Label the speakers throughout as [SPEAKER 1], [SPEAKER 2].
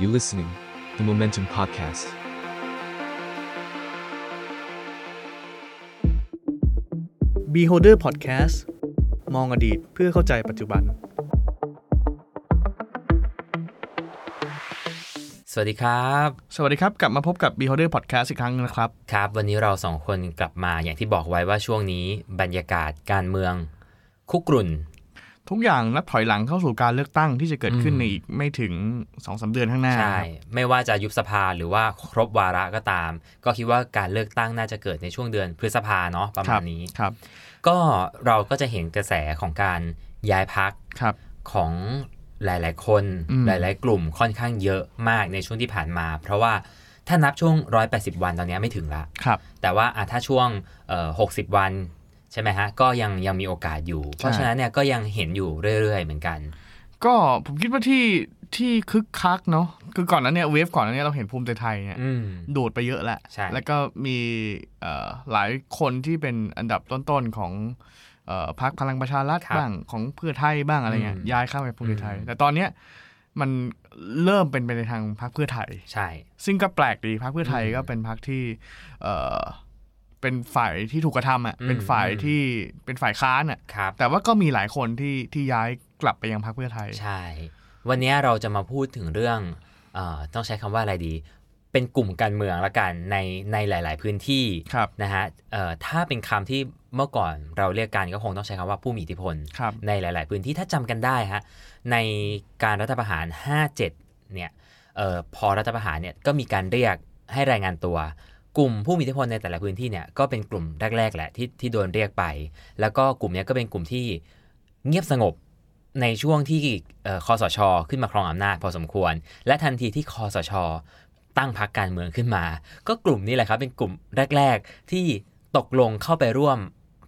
[SPEAKER 1] You listening, the Momentum Podcast.
[SPEAKER 2] บ e h o l d e r Podcast มองอดีตเพื่อเข้าใจปัจจุบัน
[SPEAKER 3] สวัสดีครับ
[SPEAKER 2] สวัสดีครับ กลับมาพบกับ b e h o l d e r Podcast อีกครั้งนะครับ
[SPEAKER 3] ครับ วันนี้เราสองคนกลับมาอย่างที่บอกไว้ว่าช่วงนี้บรรยากาศการเมือง คุกรุ่น
[SPEAKER 2] ทุกอย่างนับถอยหลังเข้าสู่การเลือกตั้งที่จะเกิดขึ้น
[SPEAKER 3] อืม
[SPEAKER 2] ในอีกไม่ถึง2อสเดือนข้างหน้า
[SPEAKER 3] ใช่ ไม่ว่าจะยุบสภาหรือว่าครบวาระก็ตาม ก็คิดว่าการเลือกตั้งน่าจะเกิดในช่วงเดือนพฤษภาเนาะประ
[SPEAKER 2] ค
[SPEAKER 3] มา
[SPEAKER 2] รั
[SPEAKER 3] ณนี้
[SPEAKER 2] ครับ
[SPEAKER 3] ก็เราก็จะเห็นกระแสของการย้ายพัก
[SPEAKER 2] ครับ
[SPEAKER 3] ของหลาย ๆ คน
[SPEAKER 2] อืม
[SPEAKER 3] หลาย ๆ กลุ่มค่อนข้างเยอะมากในช่วงที่ผ่านมา เพราะว่าถ้านับช่วง 180 วันตอนเนี้ยไม่ถึงละ
[SPEAKER 2] ครับ
[SPEAKER 3] แต่ว่าอ่ะถ้าช่วงเอ่อ60 วันใช่ไหมฮะ ก็ยังยังมีโอกาสอยู่ เพราะฉะนั้นเนี่ยก็ยังเห็นอยู่เรื่อย ๆ เหมือนกัน
[SPEAKER 2] ก็ผมคิดว่าที่ที่คึกคักเนาะคือก่อนหนั้นเนี่ยเวฟก่อนหนั้นเนี่ยเราเห็นภูมิใจไทยเนี่ย
[SPEAKER 3] อืม
[SPEAKER 2] โดดไปเยอะแล้ว
[SPEAKER 3] ใช่
[SPEAKER 2] แล้วก็มีเอ่อหลายคนที่เป็นอันดับต้นๆของเอ่อพรรคพลังประชารัฐบ้างของเพื่อไทยบ้างอะไรเงี้ย
[SPEAKER 3] อืม
[SPEAKER 2] ย้ายข้ามไปภูมิใจไทย
[SPEAKER 3] อืม
[SPEAKER 2] แต่ตอนเนี้ยมันเริ่มเป็นไปในทางพรรคเพื่อไทย
[SPEAKER 3] ใช่
[SPEAKER 2] ซึ่งก็แปลกดีพรรคเพื่อไทย
[SPEAKER 3] อืม
[SPEAKER 2] ก็เป็นพรรคที่เอ่อเป็นฝ่ายที่ถูกกระทำอ่ะ
[SPEAKER 3] อืม
[SPEAKER 2] เป็นฝ่ายที่เป็นฝ่ายค้านอ่ะ
[SPEAKER 3] ครับ
[SPEAKER 2] แต่ว่าก็มีหลายคนที่ที่ย้ายกลับไปยังพรรคเพื่อไทย
[SPEAKER 3] ใช่ วันนี้เราจะมาพูดถึงเรื่องเออต้องใช้คำว่าอะไรดี เป็นกลุ่มการเมืองละกันในในหลาย ๆ พื้นที่
[SPEAKER 2] ครับ
[SPEAKER 3] นะฮะเอ่อถ้าเป็นคำที่เมื่อก่อนเราเรียกกันก็คงต้องใช้คำว่าผู้มีอิทธิพล
[SPEAKER 2] ครับ
[SPEAKER 3] ในหลาย ๆ พื้นที่ถ้าจำกันได้ฮะในการรัฐประหาร 57 เนี่ยเออพอรัฐประหารเนี่ยก็มีการเรียกให้รายงานตัว กลุ่มผู้มีอิทธิพลในแต่ละพื้นที่เนี่ยก็เป็นกลุ่มแรก ๆ แหละที่ที่โดนเรียกไป แล้วก็กลุ่มเนี้ยก็เป็นกลุ่มที่เงียบสงบในช่วงที่เอ่อคอสช ขึ้นมาครองอำนาจพอสมควร และทันทีที่คอสช ตั้งพรรคการเมืองขึ้นมา ก็กลุ่มนี้แหละครับเป็นกลุ่มแรก ๆ ที่ตกลงเข้าไปร่วม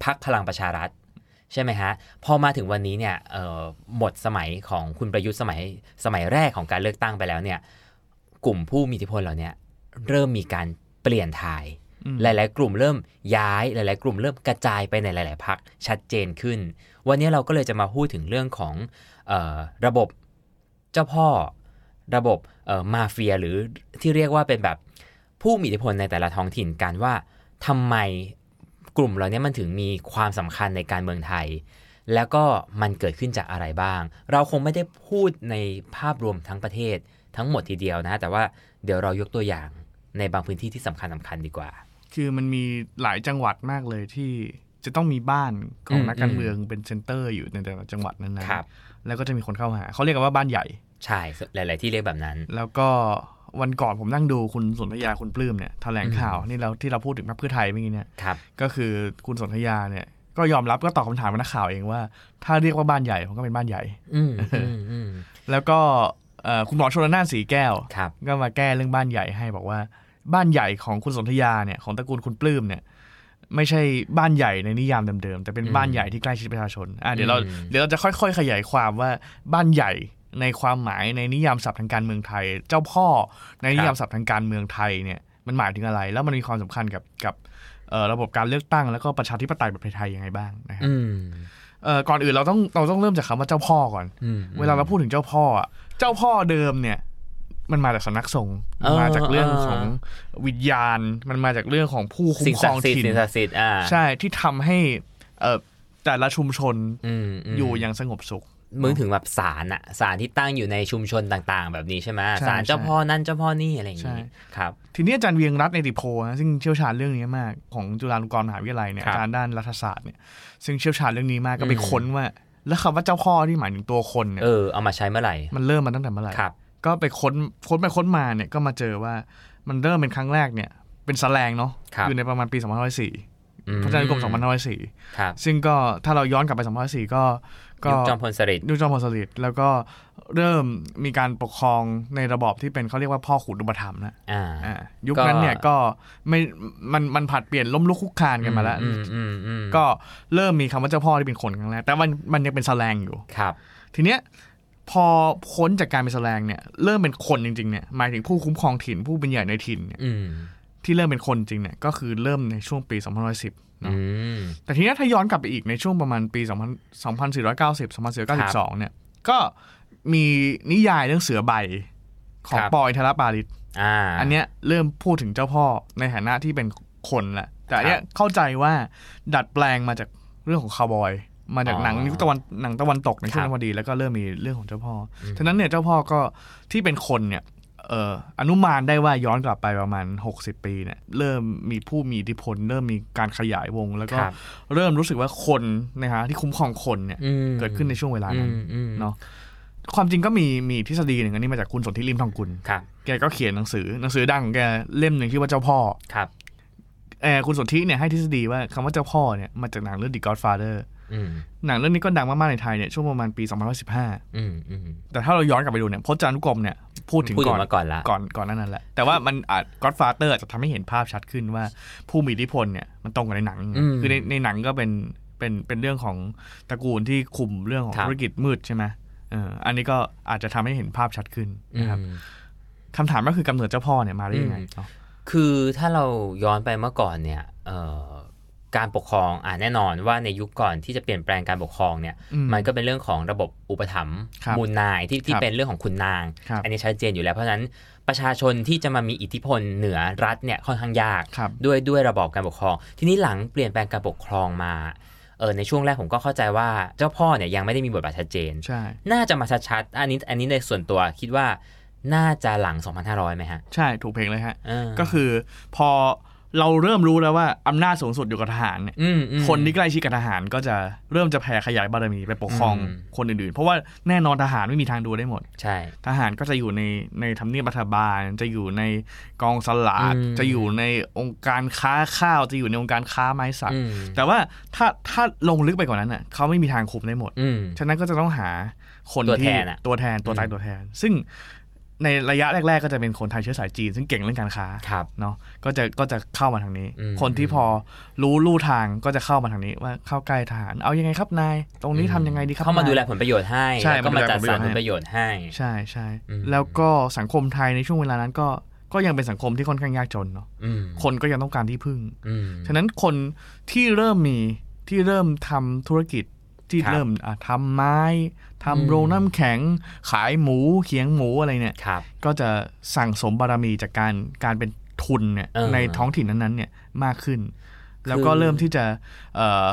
[SPEAKER 3] พักพลังประชารัฐ ใช่ไหมฮะ พอมาถึงวันนี้เนี่ยเอ่อหมดสมัยของคุณประยุทธ์สมัยสมัยแรกของการเลือกตั้งไปแล้วเนี่ยกลุ่มผู้มีอิทธิพลเหล่าเนี้ยเริ่มมีการเปลี่ยนถ่าย
[SPEAKER 2] อืม
[SPEAKER 3] หลาย ๆ กลุ่มเริ่มย้ายหลาย ๆ กลุ่มเริ่มกระจายไปในหลาย ๆพักชัดเจนขึ้น วันนี้เราก็เลยจะมาพูดถึงเรื่องของเออระบบเจ้าพ่อ ระบบเอ่อมาเฟียหรือที่เรียกว่าเป็นแบบผู้มีอิทธิพลในแต่ละท้องถิ่นกันว่าทำไมกลุ่มเหล่านี้มันถึงมีความสำคัญในการเมืองไทย แล้วก็มันเกิดขึ้นจากอะไรบ้าง เราคงไม่ได้พูดในภาพรวมทั้งประเทศทั้งหมดทีเดียวนะแต่ว่าเดี๋ยวเรายกตัวอย่างในบางพื้นที่ที่สำคัญสำคัญดีกว่า
[SPEAKER 2] คือมันมีหลายจังหวัดมากเลยที่จะต้องมีบ้านของ
[SPEAKER 3] อืม
[SPEAKER 2] นักการ
[SPEAKER 3] อืม
[SPEAKER 2] เมืองเป็นเซ็นเตอร์อยู่ในแต่ละจังหวัดนั้น
[SPEAKER 3] ครับ
[SPEAKER 2] ๆแล้วก็จะมีคนเข้าหาเขาเรียกกันว่าบ้านใหญ่
[SPEAKER 3] ใช่หลาย ๆ ที่เรียกแบบนั้น
[SPEAKER 2] แล้วก็วันก่อนผมนั่งดูคุณสนธยาคุณปลื้มเนี่ยแถลงข่าวนี่เราที่เราพูดถึงพรรคเพื่อไทยเมื่อกี้เนี่ย
[SPEAKER 3] ครับ
[SPEAKER 2] ก็คือคุณสนธยาเนี่ยก็ยอมรับก็ตอบคำถามกับนักข่าวเองว่า ถ้าเรียกว่าบ้านใหญ่ผมก็เป็นบ้านใหญ่
[SPEAKER 3] อืมอืมอืม
[SPEAKER 2] แล้วก็เอ่อคุณหมอชนละนานสีแก้ว
[SPEAKER 3] ครับ
[SPEAKER 2] ก็มาแก้เรื่องบ้านใหญ่ให้บอกว่า บ้านใหญ่ของคุณสนธยาเนี่ยของตระกูลคุณปลื้มเนี่ยไม่ใช่บ้านใหญ่ในนิยามเดิมๆแต่เป็น
[SPEAKER 3] อืม
[SPEAKER 2] บ้านใหญ่ที่ใกล้ชิดประชาชนอ่ะเดี๋ยวเรา
[SPEAKER 3] อืม
[SPEAKER 2] เดี๋ยวเราจะค่อยๆ ขยายความว่าบ้านใหญ่ในความหมายในนิยามศัพท์ทางการเมืองไทย เจ้าพ่อในนิยามศัพท์ทางการเมืองไทยเนี่ยมันหมายถึงอะไร แล้วมันมีความสำคัญกับกับเอ่อระบบการเลือกตั้งแล้วก็ประชาธิปไตยแบบไทยๆยังไงบ้างนะครับ
[SPEAKER 3] อืม
[SPEAKER 2] เอ่อก่อนอื่นเราต้องเราต้องเริ่มจากคำว่าเจ้าพ่อก่อน
[SPEAKER 3] อืม
[SPEAKER 2] เวลาเราพูดถึงเจ้าพ่ออะเจ้าพ่อเดิมเนี่ย มันมาจากสำนักสงฆ์
[SPEAKER 3] เออ
[SPEAKER 2] มาจากเรื่อง
[SPEAKER 3] เออ
[SPEAKER 2] ของวิญญาณ มันมาจากเรื่องของผู้คุ้
[SPEAKER 3] สิ่
[SPEAKER 2] ม
[SPEAKER 3] ง
[SPEAKER 2] คร
[SPEAKER 3] ศัก
[SPEAKER 2] อง
[SPEAKER 3] ดิ์สิทธิ์
[SPEAKER 2] ถิ่น
[SPEAKER 3] สิ่งศักดิ์สิทธิ์อ่า
[SPEAKER 2] ใช่ที่ทำให้เอ่อแต่ละชุมชน
[SPEAKER 3] อืมม
[SPEAKER 2] อยู่อย่างสงบสุข
[SPEAKER 3] มึงถึงแบบศาลอะศาลที่ตั้งอยู่ในชุมชนต่างๆ แบบนี้ใช่ไหม
[SPEAKER 2] ใช่
[SPEAKER 3] ศาลเจ้าพ่อนั่นเจ้าพ่อนี่อะไรอย่าง
[SPEAKER 2] ใช่
[SPEAKER 3] นี้ครับ
[SPEAKER 2] ทีนี้อาจารย์เวียงรัตน์เนติโพฮะซึ่งเชี่ยวชาญเรื่องนี้มากของจุฬาลงกรณ์มหาวิทยาลัยเนี่ย
[SPEAKER 3] ครับ
[SPEAKER 2] อาจารย์ด้านรัฐศาสตร์เนี่ยซึ่งเชี่ยวชาญเรื่องนี้มากก็ไป
[SPEAKER 3] อืม
[SPEAKER 2] ค้นว่า แล้วคำว่าเจ้าพ่อที่หมายถึงตัวคนเนี่ย
[SPEAKER 3] เออเอามาใช้เมื่อไหร่
[SPEAKER 2] มันเริ่มมาตั้งแต่เมื่อไหร่
[SPEAKER 3] ครับ
[SPEAKER 2] ก็ไปค้นค้นไปค้นมาเนี่ยก็มาเจอว่ามันเริ่มเป็นครั้งแรกเนี่ยเป็นสแลงเนาะ
[SPEAKER 3] ครับ
[SPEAKER 2] อยู่ในประมาณปี2504พระเจ้าอนุกรม2504
[SPEAKER 3] ครับ
[SPEAKER 2] ซึ่งก็ถ้าเราย้อนกลับไป 2504 ก็ก็
[SPEAKER 3] ยุคจอมพลสฤษดิ์
[SPEAKER 2] ยุคจอมพลสฤษดิ์แล้วก็เริ่มมีการปกครองในระบอบที่เป็นเขาเรียกว่าพ่อขุนอุปถัมภ์นะ
[SPEAKER 3] อ่า
[SPEAKER 2] อ่ายุค
[SPEAKER 3] ก็
[SPEAKER 2] นั้นเนี่ยก็ไม่มันมันผลัดเปลี่ยนล้มลุกคลุกคลานกันมาแล้ว
[SPEAKER 3] อืมอืมอืม
[SPEAKER 2] ก็เริ่มมีคำว่าเจ้าพ่อที่เป็นคนครั้งแรกแต่มันมันยังเป็นสแลงอยู่
[SPEAKER 3] ครับ
[SPEAKER 2] ทีเนี้ยพอพ้นจากการเป็นแสลงเนี่ยเริ่มเป็นคนจริงๆเนี่ยหมายถึงผู้คุ้มครองถิ่นผู้เป็นใหญ่ในถิ่นเนี่ย
[SPEAKER 3] อืม
[SPEAKER 2] ที่เริ่มเป็นคนจริงเนี่ยก็คือเริ่มในช่วงปี 2010
[SPEAKER 3] อื
[SPEAKER 2] เนาะ
[SPEAKER 3] ม
[SPEAKER 2] แต่ทีเนี้ยถ้าย้อนกลับไปอีกในช่วงประมาณปี2000 2490
[SPEAKER 3] ครับ
[SPEAKER 2] 2492เนี่ยก็มีนิยายเรื่องเสือใบ ของ
[SPEAKER 3] ครับ
[SPEAKER 2] ปอยทละปาริต
[SPEAKER 3] อ่า
[SPEAKER 2] อันเนี้ยเริ่มพูดถึงเจ้าพ่อในฐานะที่เป็นคนละแต่อันเนี้ยเข้าใจว่าดัดแปลงมาจากเรื่องของคาวบอย มาจาก
[SPEAKER 3] อ๋อ
[SPEAKER 2] หนังยุคตะวันหนังตะวันตกในช่วง
[SPEAKER 3] ค
[SPEAKER 2] นั้
[SPEAKER 3] รับ
[SPEAKER 2] นพอดีแล้วก็เริ่มมีเรื่องของเจ้าพ่ออฉะนั้นเนี่ยเจ้าพ่อก็ที่เป็นคนเนี่ยเอ่ออนุมานได้ว่าย้อนกลับไปประมาณ 60 ปีเนี่ยเริ่มมีผู้มีอิทธิพล เริ่มมีการขยายวง แล้วก็
[SPEAKER 3] ครับ
[SPEAKER 2] เริ่มรู้สึกว่าคนนะฮะที่คุ้มครองคนเนี่ย
[SPEAKER 3] อืม
[SPEAKER 2] เกิดขึ้นในช่วงเวลา
[SPEAKER 3] อื
[SPEAKER 2] นั้น
[SPEAKER 3] มอืม
[SPEAKER 2] เนาะความจริงก็มีมีทฤษฎีหนึ่งอันนี้มาจากคุณสนธิริมทองกุล
[SPEAKER 3] ครับ
[SPEAKER 2] แกก็เขียนหนังสือหนังสือดังของแกเล่มหนึ่งที่อว่าเจ้าพ่อ
[SPEAKER 3] ครับ
[SPEAKER 2] เออคุณสนธิเนี่ยให้ทฤษฎีว่าคำว่าเจ้าพ่อเนี่ยมาจากหนังเรื่อง The Godfather
[SPEAKER 3] อืม
[SPEAKER 2] หนังเรื่องนี้ก็ดังมากๆในไทยเนี่ยช่วงประมาณปี2015
[SPEAKER 3] อืมอืม
[SPEAKER 2] แต่ถ้าเราย้อนกลับไปดูเนี่ยพจนานุกรมเนี่ยพูดถึง
[SPEAKER 3] พูดถึ
[SPEAKER 2] ก่อน
[SPEAKER 3] งมาก่อนละ
[SPEAKER 2] ก่อนก่อนหนานั้นแหละแต่ว่ามันอาจ Godfather อาจจะทำให้เห็นภาพชัดขึ้นว่าผู้มีอิทธิพลเนี่ยมันตรงกับในหนังยังไงคือในในหนังก็เป็นเป็นเป็นเรื่องของตระกูลที่คุมเรื่องของธุรกิจมืดใช่ไหมเอออันนี้ก็อาจจะทำให้เห็นภาพชัดขึ้นนะครับ
[SPEAKER 3] อืม
[SPEAKER 2] คำถามก็คือกำเนิดเจ้าพ่อเนี่ยมาได้ยังไงเนาะ
[SPEAKER 3] คือถ้าเราย้อนไปเมื่อก่อนเนี่ยเอ่อการปกครองอ่าแน่นอนว่าในยุคก่อนที่จะเปลี่ยนแปลงการปกครองเนี่ย
[SPEAKER 2] อืม
[SPEAKER 3] มันก็เป็นเรื่องของระบบอุปถัมภ์
[SPEAKER 2] ครับ
[SPEAKER 3] มูลนายที่ที่
[SPEAKER 2] ครับ
[SPEAKER 3] เป็นเรื่องของขุนนาง
[SPEAKER 2] ครับ
[SPEAKER 3] อันนี้ชัดเจนอยู่แล้วเพราะฉะนั้นประชาชนที่จะมามีอิทธิพลเหนือรัฐเนี่ยค่อนข้างยาก
[SPEAKER 2] ครับ
[SPEAKER 3] ด้วยด้วยระบอบการปกครอง ทีนี้หลังเปลี่ยนแปลงการปกครองมาเออในช่วงแรกผมก็เข้าใจว่าเจ้าพ่อเนี่ยยังไม่ได้มีบทบาทชัดเจน
[SPEAKER 2] ใช่
[SPEAKER 3] น่าจะมาชัดๆอันนี้อันนี้ในส่วนตัวคิดว่าน่าจะหลัง 2,500ไหมฮะ
[SPEAKER 2] ใช่ถูกเพลงเลยฮะ
[SPEAKER 3] เอ
[SPEAKER 2] ก็คือพอเราเริ่มรู้แล้วว่าอำนาจสูงสุดอยู่กับทหารเนี่ย
[SPEAKER 3] มอืม
[SPEAKER 2] คนที่ใกล้ชิดกับทหารก็จะเริ่มจะแผ่ขยายบารมีไปปกครอง
[SPEAKER 3] อืม
[SPEAKER 2] คนอื่นๆ เพราะว่าแน่นอนทหารไม่มีทางดูได้หมด
[SPEAKER 3] ใช่
[SPEAKER 2] ทหารก็จะอยู่ในในทำเนียบรัฐบาล จะอยู่ในกองสลาก
[SPEAKER 3] อืม
[SPEAKER 2] จะอยู่ในองค์การค้าข้าวจะอยู่ในองค์การค้าไม้สัก
[SPEAKER 3] อืม
[SPEAKER 2] แต่ว่าถ้าถ้าลงลึกไปกว่านั้นน่ะเขาไม่มีทางคุมได้หมด
[SPEAKER 3] อืม
[SPEAKER 2] ฉะนั้นก็จะต้องหาคน
[SPEAKER 3] ตัวแท
[SPEAKER 2] ที่
[SPEAKER 3] นอะ
[SPEAKER 2] ตัวแทนตัวตายตัวแทน ซึ่งในระยะแรก ๆ ก็จะเป็นคนไทยเชื้อสายจีน ซึ่งเก่งเรื่องการค้า
[SPEAKER 3] ครับ
[SPEAKER 2] เนาะก็จะก็จะเข้ามาทางนี้
[SPEAKER 3] อืม
[SPEAKER 2] คนที่พอรู้ลู่ทางก็จะเข้ามาทางนี้ว่าเข้าใกล้ทหาร เอายังไงครับนาย ตรงนี้
[SPEAKER 3] อืม
[SPEAKER 2] ทำยังไงดีครับ
[SPEAKER 3] เข้ามาดูแล
[SPEAKER 2] นย
[SPEAKER 3] ผลประโยชน์ให้
[SPEAKER 2] ใช่
[SPEAKER 3] แล้วก็มาจัด
[SPEAKER 2] มาดู
[SPEAKER 3] สรรผ
[SPEAKER 2] แลผ
[SPEAKER 3] ล
[SPEAKER 2] ล
[SPEAKER 3] ป
[SPEAKER 2] ประ ระ
[SPEAKER 3] โย
[SPEAKER 2] โย
[SPEAKER 3] ช
[SPEAKER 2] ชน์
[SPEAKER 3] น์ให้
[SPEAKER 2] ใช่ใช่
[SPEAKER 3] อืม
[SPEAKER 2] แล้วก็สังคมไทยในช่วงเวลานั้นก็ก็ยังเป็นสังคมที่ค่อนข้างยากจนเนาะ
[SPEAKER 3] อืม
[SPEAKER 2] คนก็ยังต้องการที่พึ่ง
[SPEAKER 3] อืม
[SPEAKER 2] ฉะนั้นคนที่เริ่มมีที่เริ่มทำธุรกิจที่
[SPEAKER 3] ครับ
[SPEAKER 2] เริ่มอ่ะทำไม้ทำ
[SPEAKER 3] อืม
[SPEAKER 2] โรงน้ำแข็ง ขายหมูเขียงหมูอะไรเนี่ย
[SPEAKER 3] ครับ
[SPEAKER 2] ก็จะสั่งสมบารมีจากการการเป็นทุนเนี่ย
[SPEAKER 3] เออ
[SPEAKER 2] ในท้องถิ่นนั้นๆเนี่ยมากขึ้น แล้วก็
[SPEAKER 3] คือ
[SPEAKER 2] เริ่มที่จะเอ่อ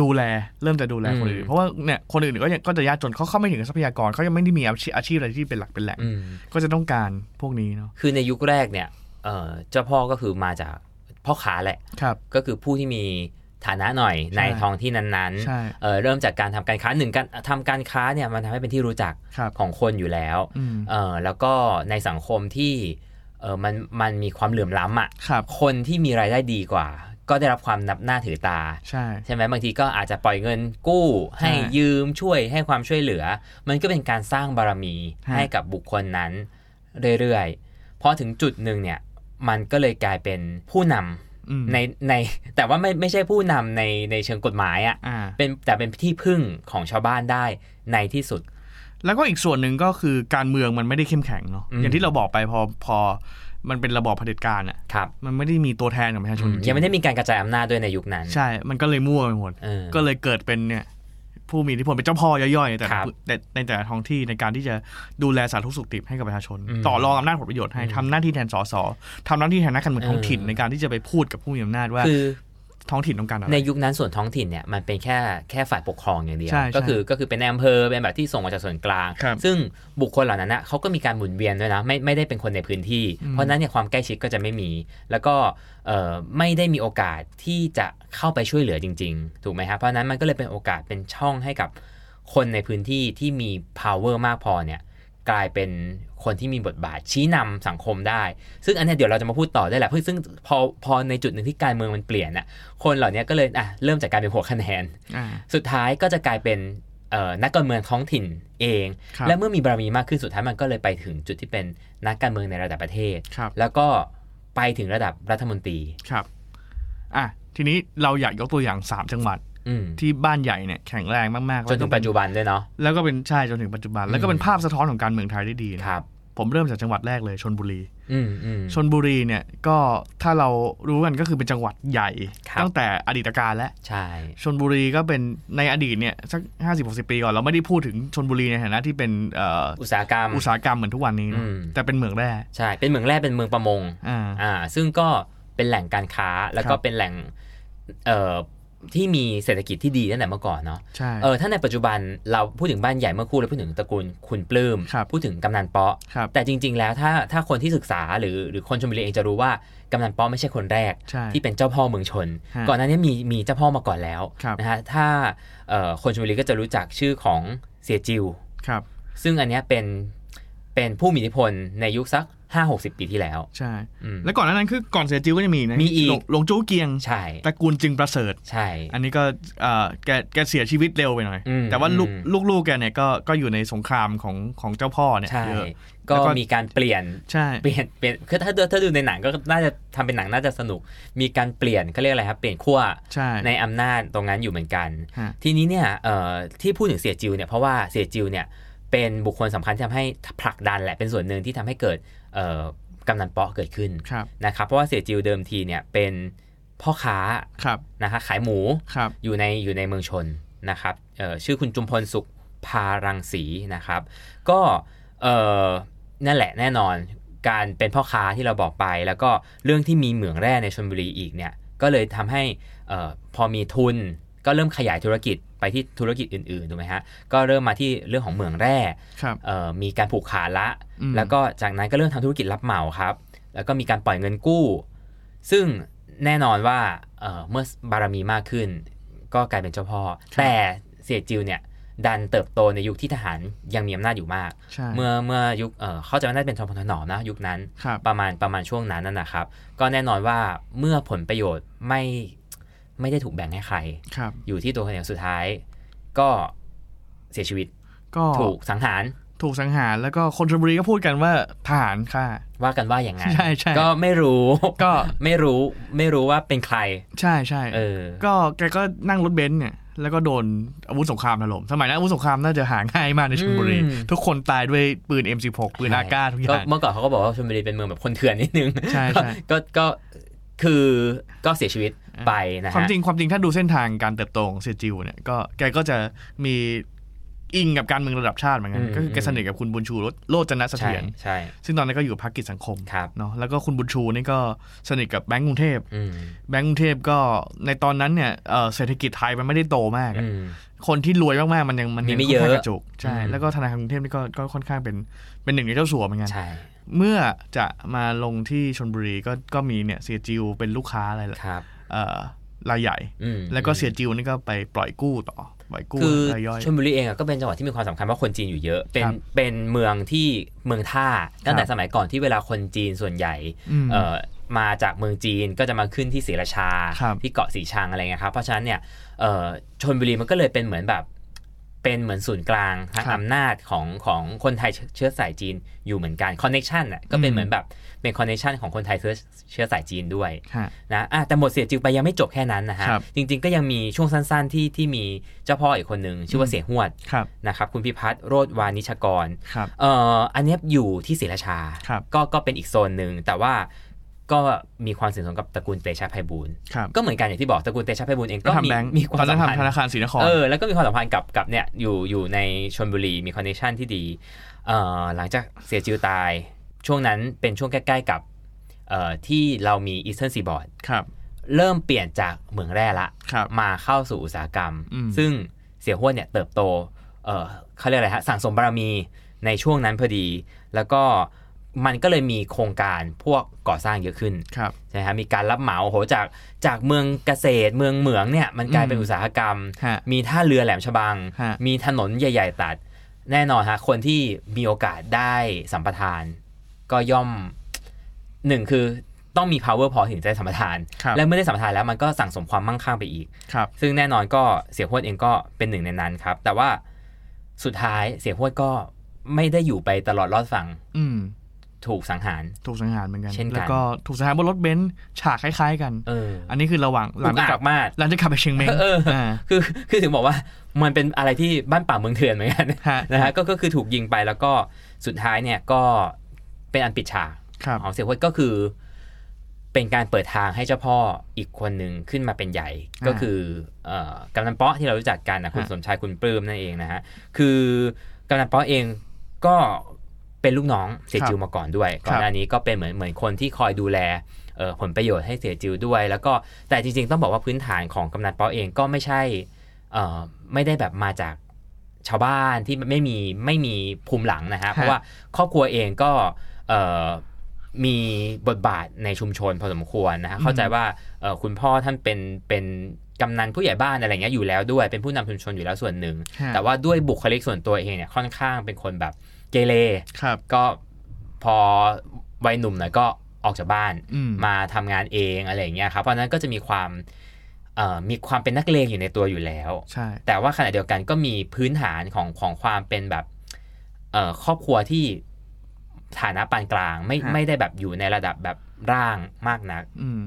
[SPEAKER 2] ดูแลเริ่มจะดูแลคน
[SPEAKER 3] อื
[SPEAKER 2] อื่
[SPEAKER 3] ม
[SPEAKER 2] นเพราะว่าเนี่ยคนอื่นก็ยังก็จะยากจนเขาเข้าไม่ถึงทรัพยากรเขายังไม่ได้มีอาชีพอาชีพอะไรที่เป็นหลักเป็นแหล่ง
[SPEAKER 3] อืม
[SPEAKER 2] ก็จะต้องการพวกนี้เนาะ
[SPEAKER 3] คือในยุคแรกเนี่ยเอ่อเจ้าพ่อก็คือมาจากพ่อค้าแหละ
[SPEAKER 2] ครับ
[SPEAKER 3] ก็คือผู้ที่มีฐานะหน่อยในท้องที่นั้น
[SPEAKER 2] ใช่
[SPEAKER 3] ๆเอ่อเริ่มจากการทำการค้าหนึ่งการทำการค้าเนี่ยมันทำให้เป็นที่รู้จัก
[SPEAKER 2] ครับ
[SPEAKER 3] ของคนอยู่แล้ว
[SPEAKER 2] อืม
[SPEAKER 3] เอ่อแล้วก็ในสังคมที่เอ่อมันมันมีความเหลื่อมล้ำอ่ะ
[SPEAKER 2] ครับ
[SPEAKER 3] คนที่มีรายได้ดีกว่า ก็ได้รับความนับหน้าถือตา
[SPEAKER 2] ใช่
[SPEAKER 3] ใช่ไหมบางทีก็อาจจะปล่อยเงินกู้ให้
[SPEAKER 2] ใช่
[SPEAKER 3] ยืมช่วยให้ความช่วยเหลือ มันก็เป็นการสร้างบารมี
[SPEAKER 2] ฮะ
[SPEAKER 3] ให้กับบุคคลนั้นเรื่อยๆพอถึงจุดหนึ่งเนี่ยมันก็เลยกลายเป็นผู้นำ
[SPEAKER 2] อืม
[SPEAKER 3] ในในแต่ว่าไม่ไม่ใช่ผู้นำในในเชิงกฎหมายอะ่ะ
[SPEAKER 2] อ่า
[SPEAKER 3] เป็นแต่เป็นที่พึ่งของชาวบ้านได้ในที่สุด
[SPEAKER 2] แล้วก็อีกส่วนหนึ่งก็คือการเมืองมันไม่ได้เข้มแข็งเนาะ
[SPEAKER 3] อืม
[SPEAKER 2] อย่างที่เราบอกไปพอพอมันเป็นระบอบเผด็จการอะ
[SPEAKER 3] ครับ
[SPEAKER 2] มันไม่ได้มีตัวแทนของประชาชนจริงๆ
[SPEAKER 3] ยังไม่ได้มีการกระจายอำนาจด้วยในยุคนั้น
[SPEAKER 2] ใช่ มันก็เลยมั่วไปหมด
[SPEAKER 3] เออ
[SPEAKER 2] ก็เลยเกิดเป็นเนี่ยผู้มีอิทธิพลเป็นเจ้าพ่อย่อยๆแต่ละ
[SPEAKER 3] ครับ
[SPEAKER 2] แต่ในแต่ละท้องที่ในการที่จะดูแลสาธารณสุขดิบให้กับประชาชน
[SPEAKER 3] อืม
[SPEAKER 2] ต่อรองอำนาจผลประโยชน์ให้ทำหน้าที่แทนสสทำหน้าที่แทนนักการเมืองท้องถิ่น
[SPEAKER 3] เออ
[SPEAKER 2] ในการที่จะไปพูดกับผู้มีอำนาจว่า
[SPEAKER 3] คือ
[SPEAKER 2] ท้องถิ่นต้องการอะไร
[SPEAKER 3] ในยุคนั้นส่วนท้องถิ่นเนี่ยมันเป็นแค่แค่ฝ่ายปกครองอย่างเดียว
[SPEAKER 2] ใช่ใช่
[SPEAKER 3] ก็คือก็คือเป็นในอำเภอเป็นแบบที่ส่งมาจากส่วนกลาง
[SPEAKER 2] ครับ
[SPEAKER 3] ซึ่งบุคคลเหล่านั้นนะเขาก็มีการหมุนเวียนด้วยนะไม่ไม่ได้เป็นคนในพื้นที่
[SPEAKER 2] อืม
[SPEAKER 3] เพราะฉะนั้นเนี่ยความใกล้ชิดก็จะไม่มี แล้วก็เอ่อไม่ได้มีโอกาสที่จะเข้าไปช่วยเหลือจริง ๆ ถูกไหมครับเพราะฉะนั้นมันก็เลยเป็นโอกาสเป็นช่องให้กับคนในพื้นที่ที่มี power มากพอเนี่ยกลายเป็นคนที่มีบทบาทชี้นำสังคมได้ ซึ่งอันเนี้ยเดี๋ยวเราจะมาพูดต่อได้แหละเพื่อซึ่งพอพอในจุดหนึ่งที่การเมืองมันเปลี่ยนน่ะ คนเหล่านี้ก็เลยอ่ะเริ่มจากการเป็นหัวคะแนน
[SPEAKER 2] อ่า
[SPEAKER 3] สุดท้ายก็จะกลายเป็นเอ่อนักการเมืองท้องถิ่นเอง
[SPEAKER 2] ครับ
[SPEAKER 3] และเมื่อมีบารมีมากขึ้นสุดท้ายมันก็เลยไปถึงจุดที่เป็นนักการเมืองในระดับประเทศ
[SPEAKER 2] ครับ
[SPEAKER 3] แล้วก็ไปถึงระดับรัฐมนตรี
[SPEAKER 2] ครับอ่ะทีนี้เราอยากยกตัวอย่างสามจังหวัด
[SPEAKER 3] อืม
[SPEAKER 2] ที่บ้านใหญ่เนี่ยแข็งแรงมากๆ
[SPEAKER 3] จ
[SPEAKER 2] แล้ว
[SPEAKER 3] น
[SPEAKER 2] ก็
[SPEAKER 3] ถึง
[SPEAKER 2] เป็
[SPEAKER 3] ปั
[SPEAKER 2] น
[SPEAKER 3] จจุบันด้วยเนาะ
[SPEAKER 2] แล้วก็เป็นใช่จนถึงปัจจุบัน แล้วก็เป็นภาพสะท้อนของการเมืองไทยได้ดีนะครับ ผมเริ่มจากจังหวัดแรกเลยชนบุรี
[SPEAKER 3] อืมอืม
[SPEAKER 2] ชนบุรีเนี่ยก็ถ้าเรารู้กันก็คือเป็นจังหวัดใหญ่
[SPEAKER 3] ครับ
[SPEAKER 2] ตั้งแต่อดีตการแล้ว
[SPEAKER 3] ใช่
[SPEAKER 2] ชนบุรีก็เป็นในอดีตเนี่ยสัก 50 60 ปีก่อนเราไม่ได้พูดถึงชนบุรีในฐานะที่เป็นเอ่อ
[SPEAKER 3] อุตสาหกรรม
[SPEAKER 2] อุตสาหกรรมเหมือนทุกวันนี้นะ
[SPEAKER 3] อืม
[SPEAKER 2] แต่เป็นเหมืองแร่
[SPEAKER 3] ใช่เป็นเหมืองแร่เป็นเมืองประมง
[SPEAKER 2] อ่า
[SPEAKER 3] อ่าซึ่งก็เป็นแหล่งการค้าแล้วก็
[SPEAKER 2] ครับ
[SPEAKER 3] เป็นแหล่งเอ่อที่มีเศรษฐกิจที่ดีตั้งแต่เมื่อก่อนเนาะ
[SPEAKER 2] ใช่
[SPEAKER 3] เออถ้าในปัจจุบันเราพูดถึงบ้านใหญ่เมื่อครู่เราพูดถึงตระกูลคุณปลื้ม
[SPEAKER 2] ครับ
[SPEAKER 3] พูดถึงกำนันเปาะ
[SPEAKER 2] ครับ
[SPEAKER 3] แต่จริง ๆ แล้วถ้าถ้าคนที่ศึกษาหรือหรือคนชมบุรีเองจะรู้ว่ากำนันเปาะไม่ใช่คนแรก
[SPEAKER 2] ใช่
[SPEAKER 3] ที่เป็นเจ้าพ่อเมืองชน
[SPEAKER 2] ฮะ
[SPEAKER 3] ก่อนหน้านี้มีมีเจ้าพ่อมาก่อนแล้ว
[SPEAKER 2] ครับ
[SPEAKER 3] นะฮะถ้าเอ่อคนชมบุรีก็จะรู้จักชื่อของเสียจิว
[SPEAKER 2] ครับ
[SPEAKER 3] ซึ่งอันเนี้ยเป็นเป็นผู้มีอิทธิพลในยุคสัก 5-60 ปีที่แล้ว
[SPEAKER 2] ใช่
[SPEAKER 3] อืม
[SPEAKER 2] แล้วก่อนหนานั้นคือก่อนเสียจิวก็จะมีนะ
[SPEAKER 3] มีอีก
[SPEAKER 2] หลวงหลวงจู้เกียง
[SPEAKER 3] ใช่
[SPEAKER 2] ตระกูลจึงประเสริฐ
[SPEAKER 3] ใช่
[SPEAKER 2] อันนี้ก็เอ่อแกแกเสียชีวิตเร็วไปหน่อย
[SPEAKER 3] อืม
[SPEAKER 2] แต่ว่าลูก
[SPEAKER 3] อืม
[SPEAKER 2] ลูกๆแกเนี่ยก็ก็อยู่ในสงครามของของเจ้าพ่อเนี่ย
[SPEAKER 3] ใช่
[SPEAKER 2] เยอะ
[SPEAKER 3] ก็
[SPEAKER 2] แล้วก็
[SPEAKER 3] มีการเปลี่ยน
[SPEAKER 2] ใช่
[SPEAKER 3] เปลี่ยน เปลี่ยน คือถ้าถ้าดูในหนังก็น่าจะทำเป็นหนังน่าจะสนุก มีการเปลี่ยนเขาเรียกอะไรครับ เปลี่ยนขั้ว
[SPEAKER 2] ใช่
[SPEAKER 3] ในอำนาจตรงนั้นอยู่เหมือนกัน
[SPEAKER 2] ฮะ
[SPEAKER 3] ทีนี้เนี่ยเอ่อที่พูดถึงเสียจิวเนี่ย เพราะว่าเสียจิวเนี่ย เป็นบุคคลสำคัญที่ทำให้ผลักดันแหละ เป็นส่วนหนึ่งที่ทำให้เกิดเอ่อกำนันเปาะเกิดขึ้น
[SPEAKER 2] ครับ
[SPEAKER 3] นะครับ เพราะว่าเสียจิวเดิมทีเนี่ยเป็นพ่อค้า
[SPEAKER 2] ครับ
[SPEAKER 3] นะคะขายหมู
[SPEAKER 2] ครับ
[SPEAKER 3] อยู่ในอยู่ในเมืองชนนะครับเอ่อชื่อคุณจุมพลสุขพารังสีนะครับ ก็เอ่อนั่นแหละแน่นอนการเป็นพ่อค้าที่เราบอกไป แล้วก็เรื่องที่มีเหมืองแร่ในชนบุรีอีกเนี่ยก็เลยทำให้เอ่อพอมีทุนก็เริ่มขยายธุรกิจไปที่ธุรกิจอื่นๆถูกไหมฮะก็เริ่มมาที่เรื่องของเหมืองแร่
[SPEAKER 2] ครับ
[SPEAKER 3] เอ่อมีการผูกขาดละ
[SPEAKER 2] อืม
[SPEAKER 3] แล้วก็จากนั้นก็เริ่มทำธุรกิจรับเหมาครับ แล้วก็มีการปล่อยเงินกู้ ซึ่งแน่นอนว่าเอ่อเมื่อบารมีมากขึ้น ก็กลายเป็นเจ้าพ่อ แต่เสียจิวเนี่ยดันเติบโตในยุคที่ทหารยังมีอำนาจอยู่มาก
[SPEAKER 2] ใช่
[SPEAKER 3] เมื่อเมื่อยุคเอ่อเข้าใจว่าน่าจะเป็นทอมพลถนอมนะยุคนั้น
[SPEAKER 2] ครับ
[SPEAKER 3] ประมาณประมาณช่วงนั้นนั่นนะครับ ก็แน่นอนว่าเมื่อผลประโยชน์ไม่ไม่ได้ถูกแบ่งให้ใคร
[SPEAKER 2] ครับ
[SPEAKER 3] อยู่ที่ตัวคนเองสุดท้าย ก็เสียชีวิต
[SPEAKER 2] ก็
[SPEAKER 3] ถูกสังหาร
[SPEAKER 2] ถูกสังหารแล้วก็คนชลบุรีก็พูดกันว่าทหารฆ่า
[SPEAKER 3] ว่ากันว่าอย่างไง
[SPEAKER 2] ใช่ใช่
[SPEAKER 3] ก็ไม่รู้
[SPEAKER 2] ก็
[SPEAKER 3] ไม่รู้ไม่รู้ว่าเป็นใคร
[SPEAKER 2] ใช่ใช่
[SPEAKER 3] เออ
[SPEAKER 2] ก็แกก็นั่งรถเบนซ์เนี่ยแล้วก็โดนอาวุธสงครามถล่มสมัยนั้นอาวุธสงครามน่าจะหาง่ายมากในชลบุรี
[SPEAKER 3] อืม
[SPEAKER 2] ทุกคนตายด้วยปืน M16 ปืนอาก้าทุกอ
[SPEAKER 3] ก็
[SPEAKER 2] ย่าง
[SPEAKER 3] เมื่อก่อนเขาก็บอกว่าชลบุรีเป็นเมืองแบบคนเถื่อนนิดนึง
[SPEAKER 2] ใช่
[SPEAKER 3] ก็
[SPEAKER 2] ใช่
[SPEAKER 3] ก็ก็คือก็เสียชีวิตไปนะ
[SPEAKER 2] ความ
[SPEAKER 3] ฮะ
[SPEAKER 2] จริงความจริงถ้าดูเส้นทางการเติบโตของเซจิวเนี่ยก็แกก็จะมีอิงกับการเมืองระดับชาติเหมือนกัน
[SPEAKER 3] อืม
[SPEAKER 2] ก็คือแกสนิทกับคุณบุญชูโลโลจนะเส
[SPEAKER 3] ใช่
[SPEAKER 2] ถียร
[SPEAKER 3] ใช่
[SPEAKER 2] ซึ่งตอนนั้นก็อยู่กับพรรคกิจสังคม
[SPEAKER 3] ครับ
[SPEAKER 2] เนาะแล้วก็คุณบุญชูนี่ก็สนิทกับแบงก์กรุงเทพ
[SPEAKER 3] อืม
[SPEAKER 2] แบงก์กรุงเทพก็ในตอนนั้นเนี่ยเอ่อเศรษฐกิจไทยมันไม่ได้โตมากอะ
[SPEAKER 3] อืม
[SPEAKER 2] คนที่รวยมากๆมันยังมัน
[SPEAKER 3] มี
[SPEAKER 2] ยัง
[SPEAKER 3] ไม่เยอะ
[SPEAKER 2] ค่นข้างกระจุกใช่
[SPEAKER 3] อืม
[SPEAKER 2] แล้วก็ธนาคารกรุงเทพนี่ก็ก็ค่อนข้างเป็นเป็นหนึ่งในเจ้าสัวเหมือนกัน
[SPEAKER 3] ใช่
[SPEAKER 2] เมื่อจะมาลงที่ชนบุรีก็ก็มีเนี่ยเสียจิวเป็นลูกค้าอะไรละ
[SPEAKER 3] ครับ
[SPEAKER 2] เอ่อรายใหญ่
[SPEAKER 3] อืม
[SPEAKER 2] แล้วก็เสียจิวนี่ก็ไปปล่อยกู้ต่อปล่อยกู้
[SPEAKER 3] คือ
[SPEAKER 2] รายย่อย
[SPEAKER 3] ชลบุรีเองอะก็เป็นจังหวัดที่มีความสำคัญเพราะคนจีนอยู่เยอะ เป็น
[SPEAKER 2] ครับ
[SPEAKER 3] เป็นเมืองที่เมืองท่าตั้ง
[SPEAKER 2] ค
[SPEAKER 3] แต่
[SPEAKER 2] รับ
[SPEAKER 3] สมัยก่อนที่เวลาคนจีนส่วนใหญ่
[SPEAKER 2] ม
[SPEAKER 3] เอ่อมาจากเมืองจีนก็จะมาขึ้นที่ศรีราชา
[SPEAKER 2] ครับ
[SPEAKER 3] ที่เกาะสีชังอะไรเงี้ยครับ เพราะฉะนั้นเนี่ยเอ่อชนบุรีมันก็เลยเป็นเหมือนแบบ เป็นเหมือนศูนย์กลางทาง
[SPEAKER 2] ครับ
[SPEAKER 3] อำนาจของของคนไทยเชื้อเชื้อสายจีนอยู่เหมือนกันคอนเน็ชันอ่ะก็เป็น
[SPEAKER 2] อืม
[SPEAKER 3] เหมือนแบบเป็นคอนเน็ชันของคนไทยเชื้อเชื้อสายจีนด้วย
[SPEAKER 2] ฮะ
[SPEAKER 3] นะอ่ะแต่หมดเสียจิวไปยังไม่จบแค่นั้นนะฮะ
[SPEAKER 2] ครับ
[SPEAKER 3] จริง ๆ ก็ยังมีช่วงสั้น ๆ ที่ที่มีเจ้าพ่ออีกคนหนึ่งชื่อว่าเสียหวด
[SPEAKER 2] ครับ
[SPEAKER 3] นะครับคุณพิพัฒน์โรดวานิชกร
[SPEAKER 2] ครับ
[SPEAKER 3] เอ่ออันเนี้ยอยู่ที่ศรีราชา
[SPEAKER 2] ครับ
[SPEAKER 3] ก็ก็เป็นอีกโซนหนึ่ง แต่ว่าก็มีความสื่อสมกับตระกูลเตชะไพบูลย์
[SPEAKER 2] ครับ
[SPEAKER 3] ก็เหมือนกันอย่างที่บอกตระกูลเตชะไพบูลย์เอง
[SPEAKER 2] ก็
[SPEAKER 3] ก็
[SPEAKER 2] ทำ
[SPEAKER 3] มี
[SPEAKER 2] แบงค์
[SPEAKER 3] มีค
[SPEAKER 2] ตอ
[SPEAKER 3] วาม
[SPEAKER 2] นนั้
[SPEAKER 3] สั
[SPEAKER 2] น
[SPEAKER 3] มพัน
[SPEAKER 2] ทำธนา
[SPEAKER 3] ธ์
[SPEAKER 2] คารศรีนคร
[SPEAKER 3] เออแล้วก็มีความสัมพันธ์กับกับเนี่ยอยู่อยู่ในชนบุรีมีคอนเนคชั่นที่ดีเอ่อหลังจากเสียจิวตาย ช่วงนั้นเป็นช่วงใกล้ๆกับเอ่อที่เรามีอีสเทิร์นซีบอร์ด
[SPEAKER 2] ครับ
[SPEAKER 3] เริ่มเปลี่ยนจากเหมืองแร่ละ
[SPEAKER 2] ครับ
[SPEAKER 3] มาเข้าสู่อุตสาหกรรม
[SPEAKER 2] อืม
[SPEAKER 3] ซึ่งเสี่ยห้วนเนี่ยเติบโต เอ่อเขาเรียกอะไรฮะ สั่งสมบารมีในช่วงนั้นพอดี แล้วก็มันก็เลยมีโครงการพวกก่อสร้างเยอะขึ้น
[SPEAKER 2] ครับ
[SPEAKER 3] ใช่ไหมฮะ มีการรับเหมาโหจากจากเมืองเกษตร เมืองเหมืองเนี่ยมันกลายเป็น
[SPEAKER 2] อืม
[SPEAKER 3] อุตสาหกรรม
[SPEAKER 2] ฮะ
[SPEAKER 3] มีท่าเรือแหลมฉบัง
[SPEAKER 2] ฮะ
[SPEAKER 3] มีถนนใหญ่ ๆ ตัด แน่นอนฮะ คนที่มีโอกาสได้สัมปทาน ก็ย่อมหนึ่งคือต้องมี power พอถึงจะได้สัมปทาน
[SPEAKER 2] ครับ
[SPEAKER 3] และเมื่อได้สัมปทานแล้วมันก็สั่งสมความมั่งคั่งไปอีก
[SPEAKER 2] ครับ
[SPEAKER 3] ซึ่งแน่นอนก็เสียหวดเองก็เป็นหนึ่งในนั้นครับ แต่ว่าสุดท้ายเสียหวดก็ไม่ได้อยู่ไปตลอดรอดฝั่ง
[SPEAKER 2] อืม
[SPEAKER 3] ถูกสังหาร
[SPEAKER 2] ถูกสังหารเหมือนกัน
[SPEAKER 3] เช่นกัน
[SPEAKER 2] แล้วก็ถูกสังหารบนรถเบนซ์ฉากคล้าย ๆ กัน
[SPEAKER 3] เออ
[SPEAKER 2] อันนี้คือระหว่างห
[SPEAKER 3] อุ
[SPEAKER 2] ลัง
[SPEAKER 3] ก
[SPEAKER 2] จากก
[SPEAKER 3] อา
[SPEAKER 2] ลับ
[SPEAKER 3] กมาก
[SPEAKER 2] หลังจากกลับไปเชียงใหม่
[SPEAKER 3] เออ
[SPEAKER 2] อ่า
[SPEAKER 3] คือคือถึงบอกว่ามันเป็นอะไรที่บ้านป่าเมืองเถื่อนเหมือนกัน
[SPEAKER 2] ฮะ
[SPEAKER 3] นะฮะก็ก็คือถูกยิงไปแล้วก็สุดท้ายเนี่ยก็ เป็นอันปิดฉาก
[SPEAKER 2] ครับ
[SPEAKER 3] ของเสี่ยฮวยก็คือ เป็นการเปิดทางให้เจ้าพ่ออีกคนหนึ่งขึ้นมาเป็นใหญ่
[SPEAKER 2] อ่า
[SPEAKER 3] ก็คือเอ่อกำนันเปาะที่เรารู้จักกันนะคุณ
[SPEAKER 2] ฮะ
[SPEAKER 3] สมชายคุณปลื้มนั่นเองนะฮะคือกำนันเปาะเองก็เป็นลูกน้องเสียจิวมาก่อนด้วยก่อนหน้านี้ก็เป็นเหมือนเหมือนคนที่คอยดูแลเอ่อผลประโยชน์ให้เสียจิวด้วย แล้วก็แต่จริงๆต้องบอกว่าพื้นฐานของกำนันเปาะเองก็ไม่ใช่ เอ่อไม่ได้แบบมาจากชาวบ้านที่ไม่มีไม่มีภูมิหลังนะฮะ เพราะว่าครอบครัวเองก็เอ่อมีบทบาทในชุมชนพอสมควรนะฮะ เข้าใจว่าเอ่อคุณพ่อท่านเป็นเป็นกำนันผู้ใหญ่บ้านอะไรอย่างเงี้ยอยู่แล้วด้วย เป็นผู้นำชุมชนอยู่แล้วส่วนหนึ่ง
[SPEAKER 2] ฮะ
[SPEAKER 3] แต่ว่าด้วยบุคลิกส่วนตัวเองเนี่ยค่อนข้างเป็นคนแบบเกเร
[SPEAKER 2] ครับ
[SPEAKER 3] ก็พอวัยหนุ่มหน่อยก็ออกจากบ้าน
[SPEAKER 2] อืม
[SPEAKER 3] มาทำงานเองอะไรอย่างเงี้ยครับ เพราะฉะนั้นก็จะมีความเอ่อมีความเป็นนักเลงอยู่ในตัวอยู่แล้ว
[SPEAKER 2] ใช่
[SPEAKER 3] แต่ว่าขณะเดียวกันก็มีพื้นฐานของของความเป็นแบบเอ่อครอบครัวที่ฐานะปานกลางไม่ไม่ได้แบบอยู่ในระดับแบบร่างมากนัก
[SPEAKER 2] อืม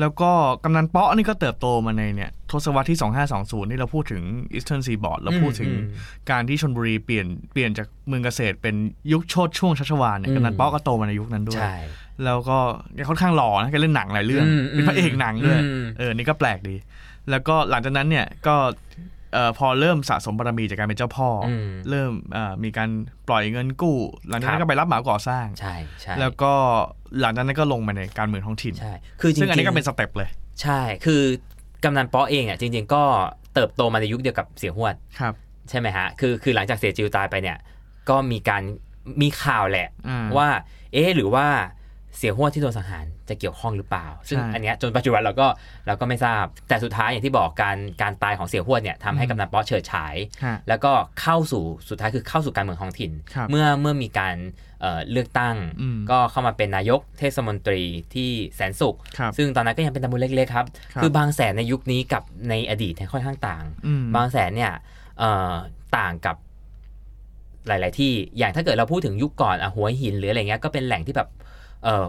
[SPEAKER 2] แล้วก็กำนันเปาะนี่ก็เติบโตมาในเนี่ยทศวรรษที่ 2520 ที่เราพูดถึง Eastern Seaboard เราพูดถึง
[SPEAKER 3] อืมอื
[SPEAKER 2] การที่ชนบุรีเปลี่ยนเปลี่ยนจากเมืองเกษตรเป็นยุคโชดช่วงชัชวาลเนี่ย
[SPEAKER 3] อืม
[SPEAKER 2] กำนันเปาะก็โตมาในยุคนั้นด้วย
[SPEAKER 3] ใช่
[SPEAKER 2] แล้วก็แกค่อนข้างหล่อนะแกเล่นหนังหลายเรื่อง
[SPEAKER 3] อืม
[SPEAKER 2] เป็นพระเอกหนังด้วย
[SPEAKER 3] อืม
[SPEAKER 2] เออ นี่ก็แปลกดี แล้วก็หลังจากนั้นเนี่ยก็เอ่อพอเริ่มสะสมบารมีจากการเป็นเจ้าพ่ออ
[SPEAKER 3] อืม
[SPEAKER 2] เริ่มเอ่อมีการปล่อยเงินกู้ หลังจากนั้
[SPEAKER 3] ครั
[SPEAKER 2] นก็
[SPEAKER 3] บ
[SPEAKER 2] ไปรับเหมาก่อสร้าง
[SPEAKER 3] ใช่ใช่
[SPEAKER 2] แล้วก็หลังจากนั้นก็ลงมาในการเมืองท้องถิ่น
[SPEAKER 3] ใช่ คือจริงๆ
[SPEAKER 2] ซึ่งอันนี้ก็เป็นสเต็ปเลย
[SPEAKER 3] ใช่ คือกำนันเปาะเองอ่ะจริง ๆ ก็เติบโตมาในยุคเดียวกับเสียหวด
[SPEAKER 2] ครับ
[SPEAKER 3] ใช่ไหมฮะ คือคือหลังจากเสียจิวตายไปเนี่ย ก็มีการมีข่าวแหละ
[SPEAKER 2] อ่า
[SPEAKER 3] ว่า เอ๊ะหรือว่าเสียหัวที่โดนสังหารจะเกี่ยวข้องหรือเปล่า ซึ่ง
[SPEAKER 2] ใช่
[SPEAKER 3] อันเนี้ยจนปัจจุบันเราก็เราก็ไม่ทราบ แต่สุดท้ายอย่างที่บอกการการตายของเสียหัวเนี่ยทำให้
[SPEAKER 2] อืม
[SPEAKER 3] กำนันป๊อเฉิดฉาย
[SPEAKER 2] ฮะ
[SPEAKER 3] แล้วก็เข้าสู่สุดท้ายคือเข้าสู่การเมืองท้องถิ่น
[SPEAKER 2] ครับ
[SPEAKER 3] เมื่อเมื่อมีการเอ่อเลือกตั้ง
[SPEAKER 2] อืม
[SPEAKER 3] ก็เข้ามาเป็นนายกเทศมนตรีที่แสนสุข
[SPEAKER 2] ครับ
[SPEAKER 3] ซึ่งตอนนั้นก็ยังเป็นตำบลเล็กๆครับ
[SPEAKER 2] ครับ
[SPEAKER 3] คือบางแสนในยุคนี้กับในอดีตเนี่ยค่อนข้างต่าง
[SPEAKER 2] อืม
[SPEAKER 3] บางแสนเนี่ยเอ่อต่างกับหลาย ๆ ที่อย่างถ้าเกิดเราพูดถึงยุคก่อนอะหัวหินหรืออะไรเงี้ยก็เป็นแหล่งที่แบบเอ่อ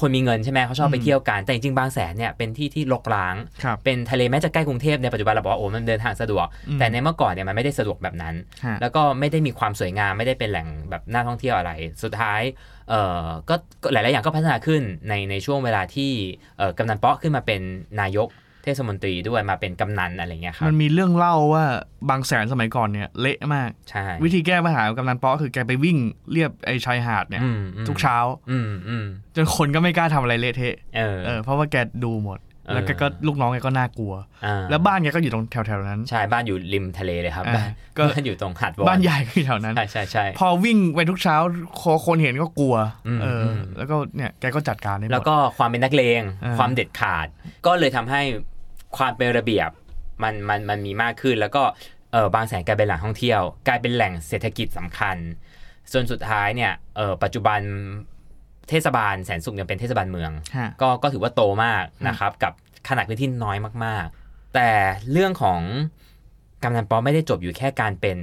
[SPEAKER 3] คนมีเงินใช่ไหมเขาชอบไป
[SPEAKER 2] อืม
[SPEAKER 3] เที่ยวกัน แต่จริง ๆ บางแสนเนี่ยเป็นที่ที่รกร้าง
[SPEAKER 2] ครับ
[SPEAKER 3] เป็นทะเลแม้จะใกล้กรุงเทพในปัจจุบันเราบอกว่าโอ้มันเดินทางสะดวก
[SPEAKER 2] อืม
[SPEAKER 3] แต่ในเมื่อก่อนเนี่ยมันไม่ได้สะดวกแบบนั้น
[SPEAKER 2] ฮะ
[SPEAKER 3] แล้วก็ไม่ได้มีความสวยงามไม่ได้เป็นแหล่งแบบน่าท่องเที่ยวอะไร สุดท้ายเอ่อก็ก็หลาย ๆ อย่างก็พัฒนาขึ้นในในช่วงเวลาที่เอ่อกำนันเปาะขึ้นมาเป็นนายกเทศมนตรีด้วยมาเป็นกำนันอะไรเงี้ยครั
[SPEAKER 2] มั
[SPEAKER 3] บ
[SPEAKER 2] นมีเรื่องเล่าว่าบางแสนสมัยก่อนเนี่ยเละมาก
[SPEAKER 3] ใช่
[SPEAKER 2] วิธีแก้ปัญหาของกำนันเปาะคือแกไปวิ่งเรียบไอ้ชายหาดเนี่ย
[SPEAKER 3] อืมอืม
[SPEAKER 2] ทุกเช้า
[SPEAKER 3] อืมอืม
[SPEAKER 2] จนคนก็ไม่กล้าทำอะไรเละเทะ
[SPEAKER 3] เออ
[SPEAKER 2] เออเพราะว่าแกดูหมด
[SPEAKER 3] เออ
[SPEAKER 2] แล้วแกก็ลูกน้องแกก็น่ากลัว
[SPEAKER 3] อ่
[SPEAKER 2] แล้วบ้านแกก็อยู่ตรงแถวๆนั้น
[SPEAKER 3] ใช่บ้านอยู่ริมทะเลเลยครับ
[SPEAKER 2] อ่า
[SPEAKER 3] บ้าน
[SPEAKER 2] ก็
[SPEAKER 3] บ้านอยู่ตรงหาดวอน
[SPEAKER 2] บ้านใหญ่ก็อยู่แถวนั้น
[SPEAKER 3] ใช่ใช่ใช่
[SPEAKER 2] พอวิ่งไปทุกเช้าคอคนเห็นก็กลัว
[SPEAKER 3] อืม
[SPEAKER 2] เอออ
[SPEAKER 3] ม
[SPEAKER 2] แล้วก็เนี่ยแกก็จัดการได้หมด
[SPEAKER 3] แล้วก็ความเป็นนักเลง
[SPEAKER 2] อ่า
[SPEAKER 3] ความเด็ดขาด ก็เลยทำให้ความเป็นระเบียบมันมันมันมีมากขึ้น แล้วก็เออบางแสนกลายเป็นแหล่งท่องเที่ยว กลายเป็นแหล่งเศรษฐกิจสำคัญส่วนสุดท้ายเนี่ยเออปัจจุบันเทศบาลแสนสุขยังเป็นเทศบาลเมือง
[SPEAKER 2] ฮะ
[SPEAKER 3] ก็ก็ถือว่าโตมากนะครับ กับขนาดพื้นที่น้อยมากๆ แต่เรื่องของกำนันป๊อไม่ได้จบอยู่แค่การเป็น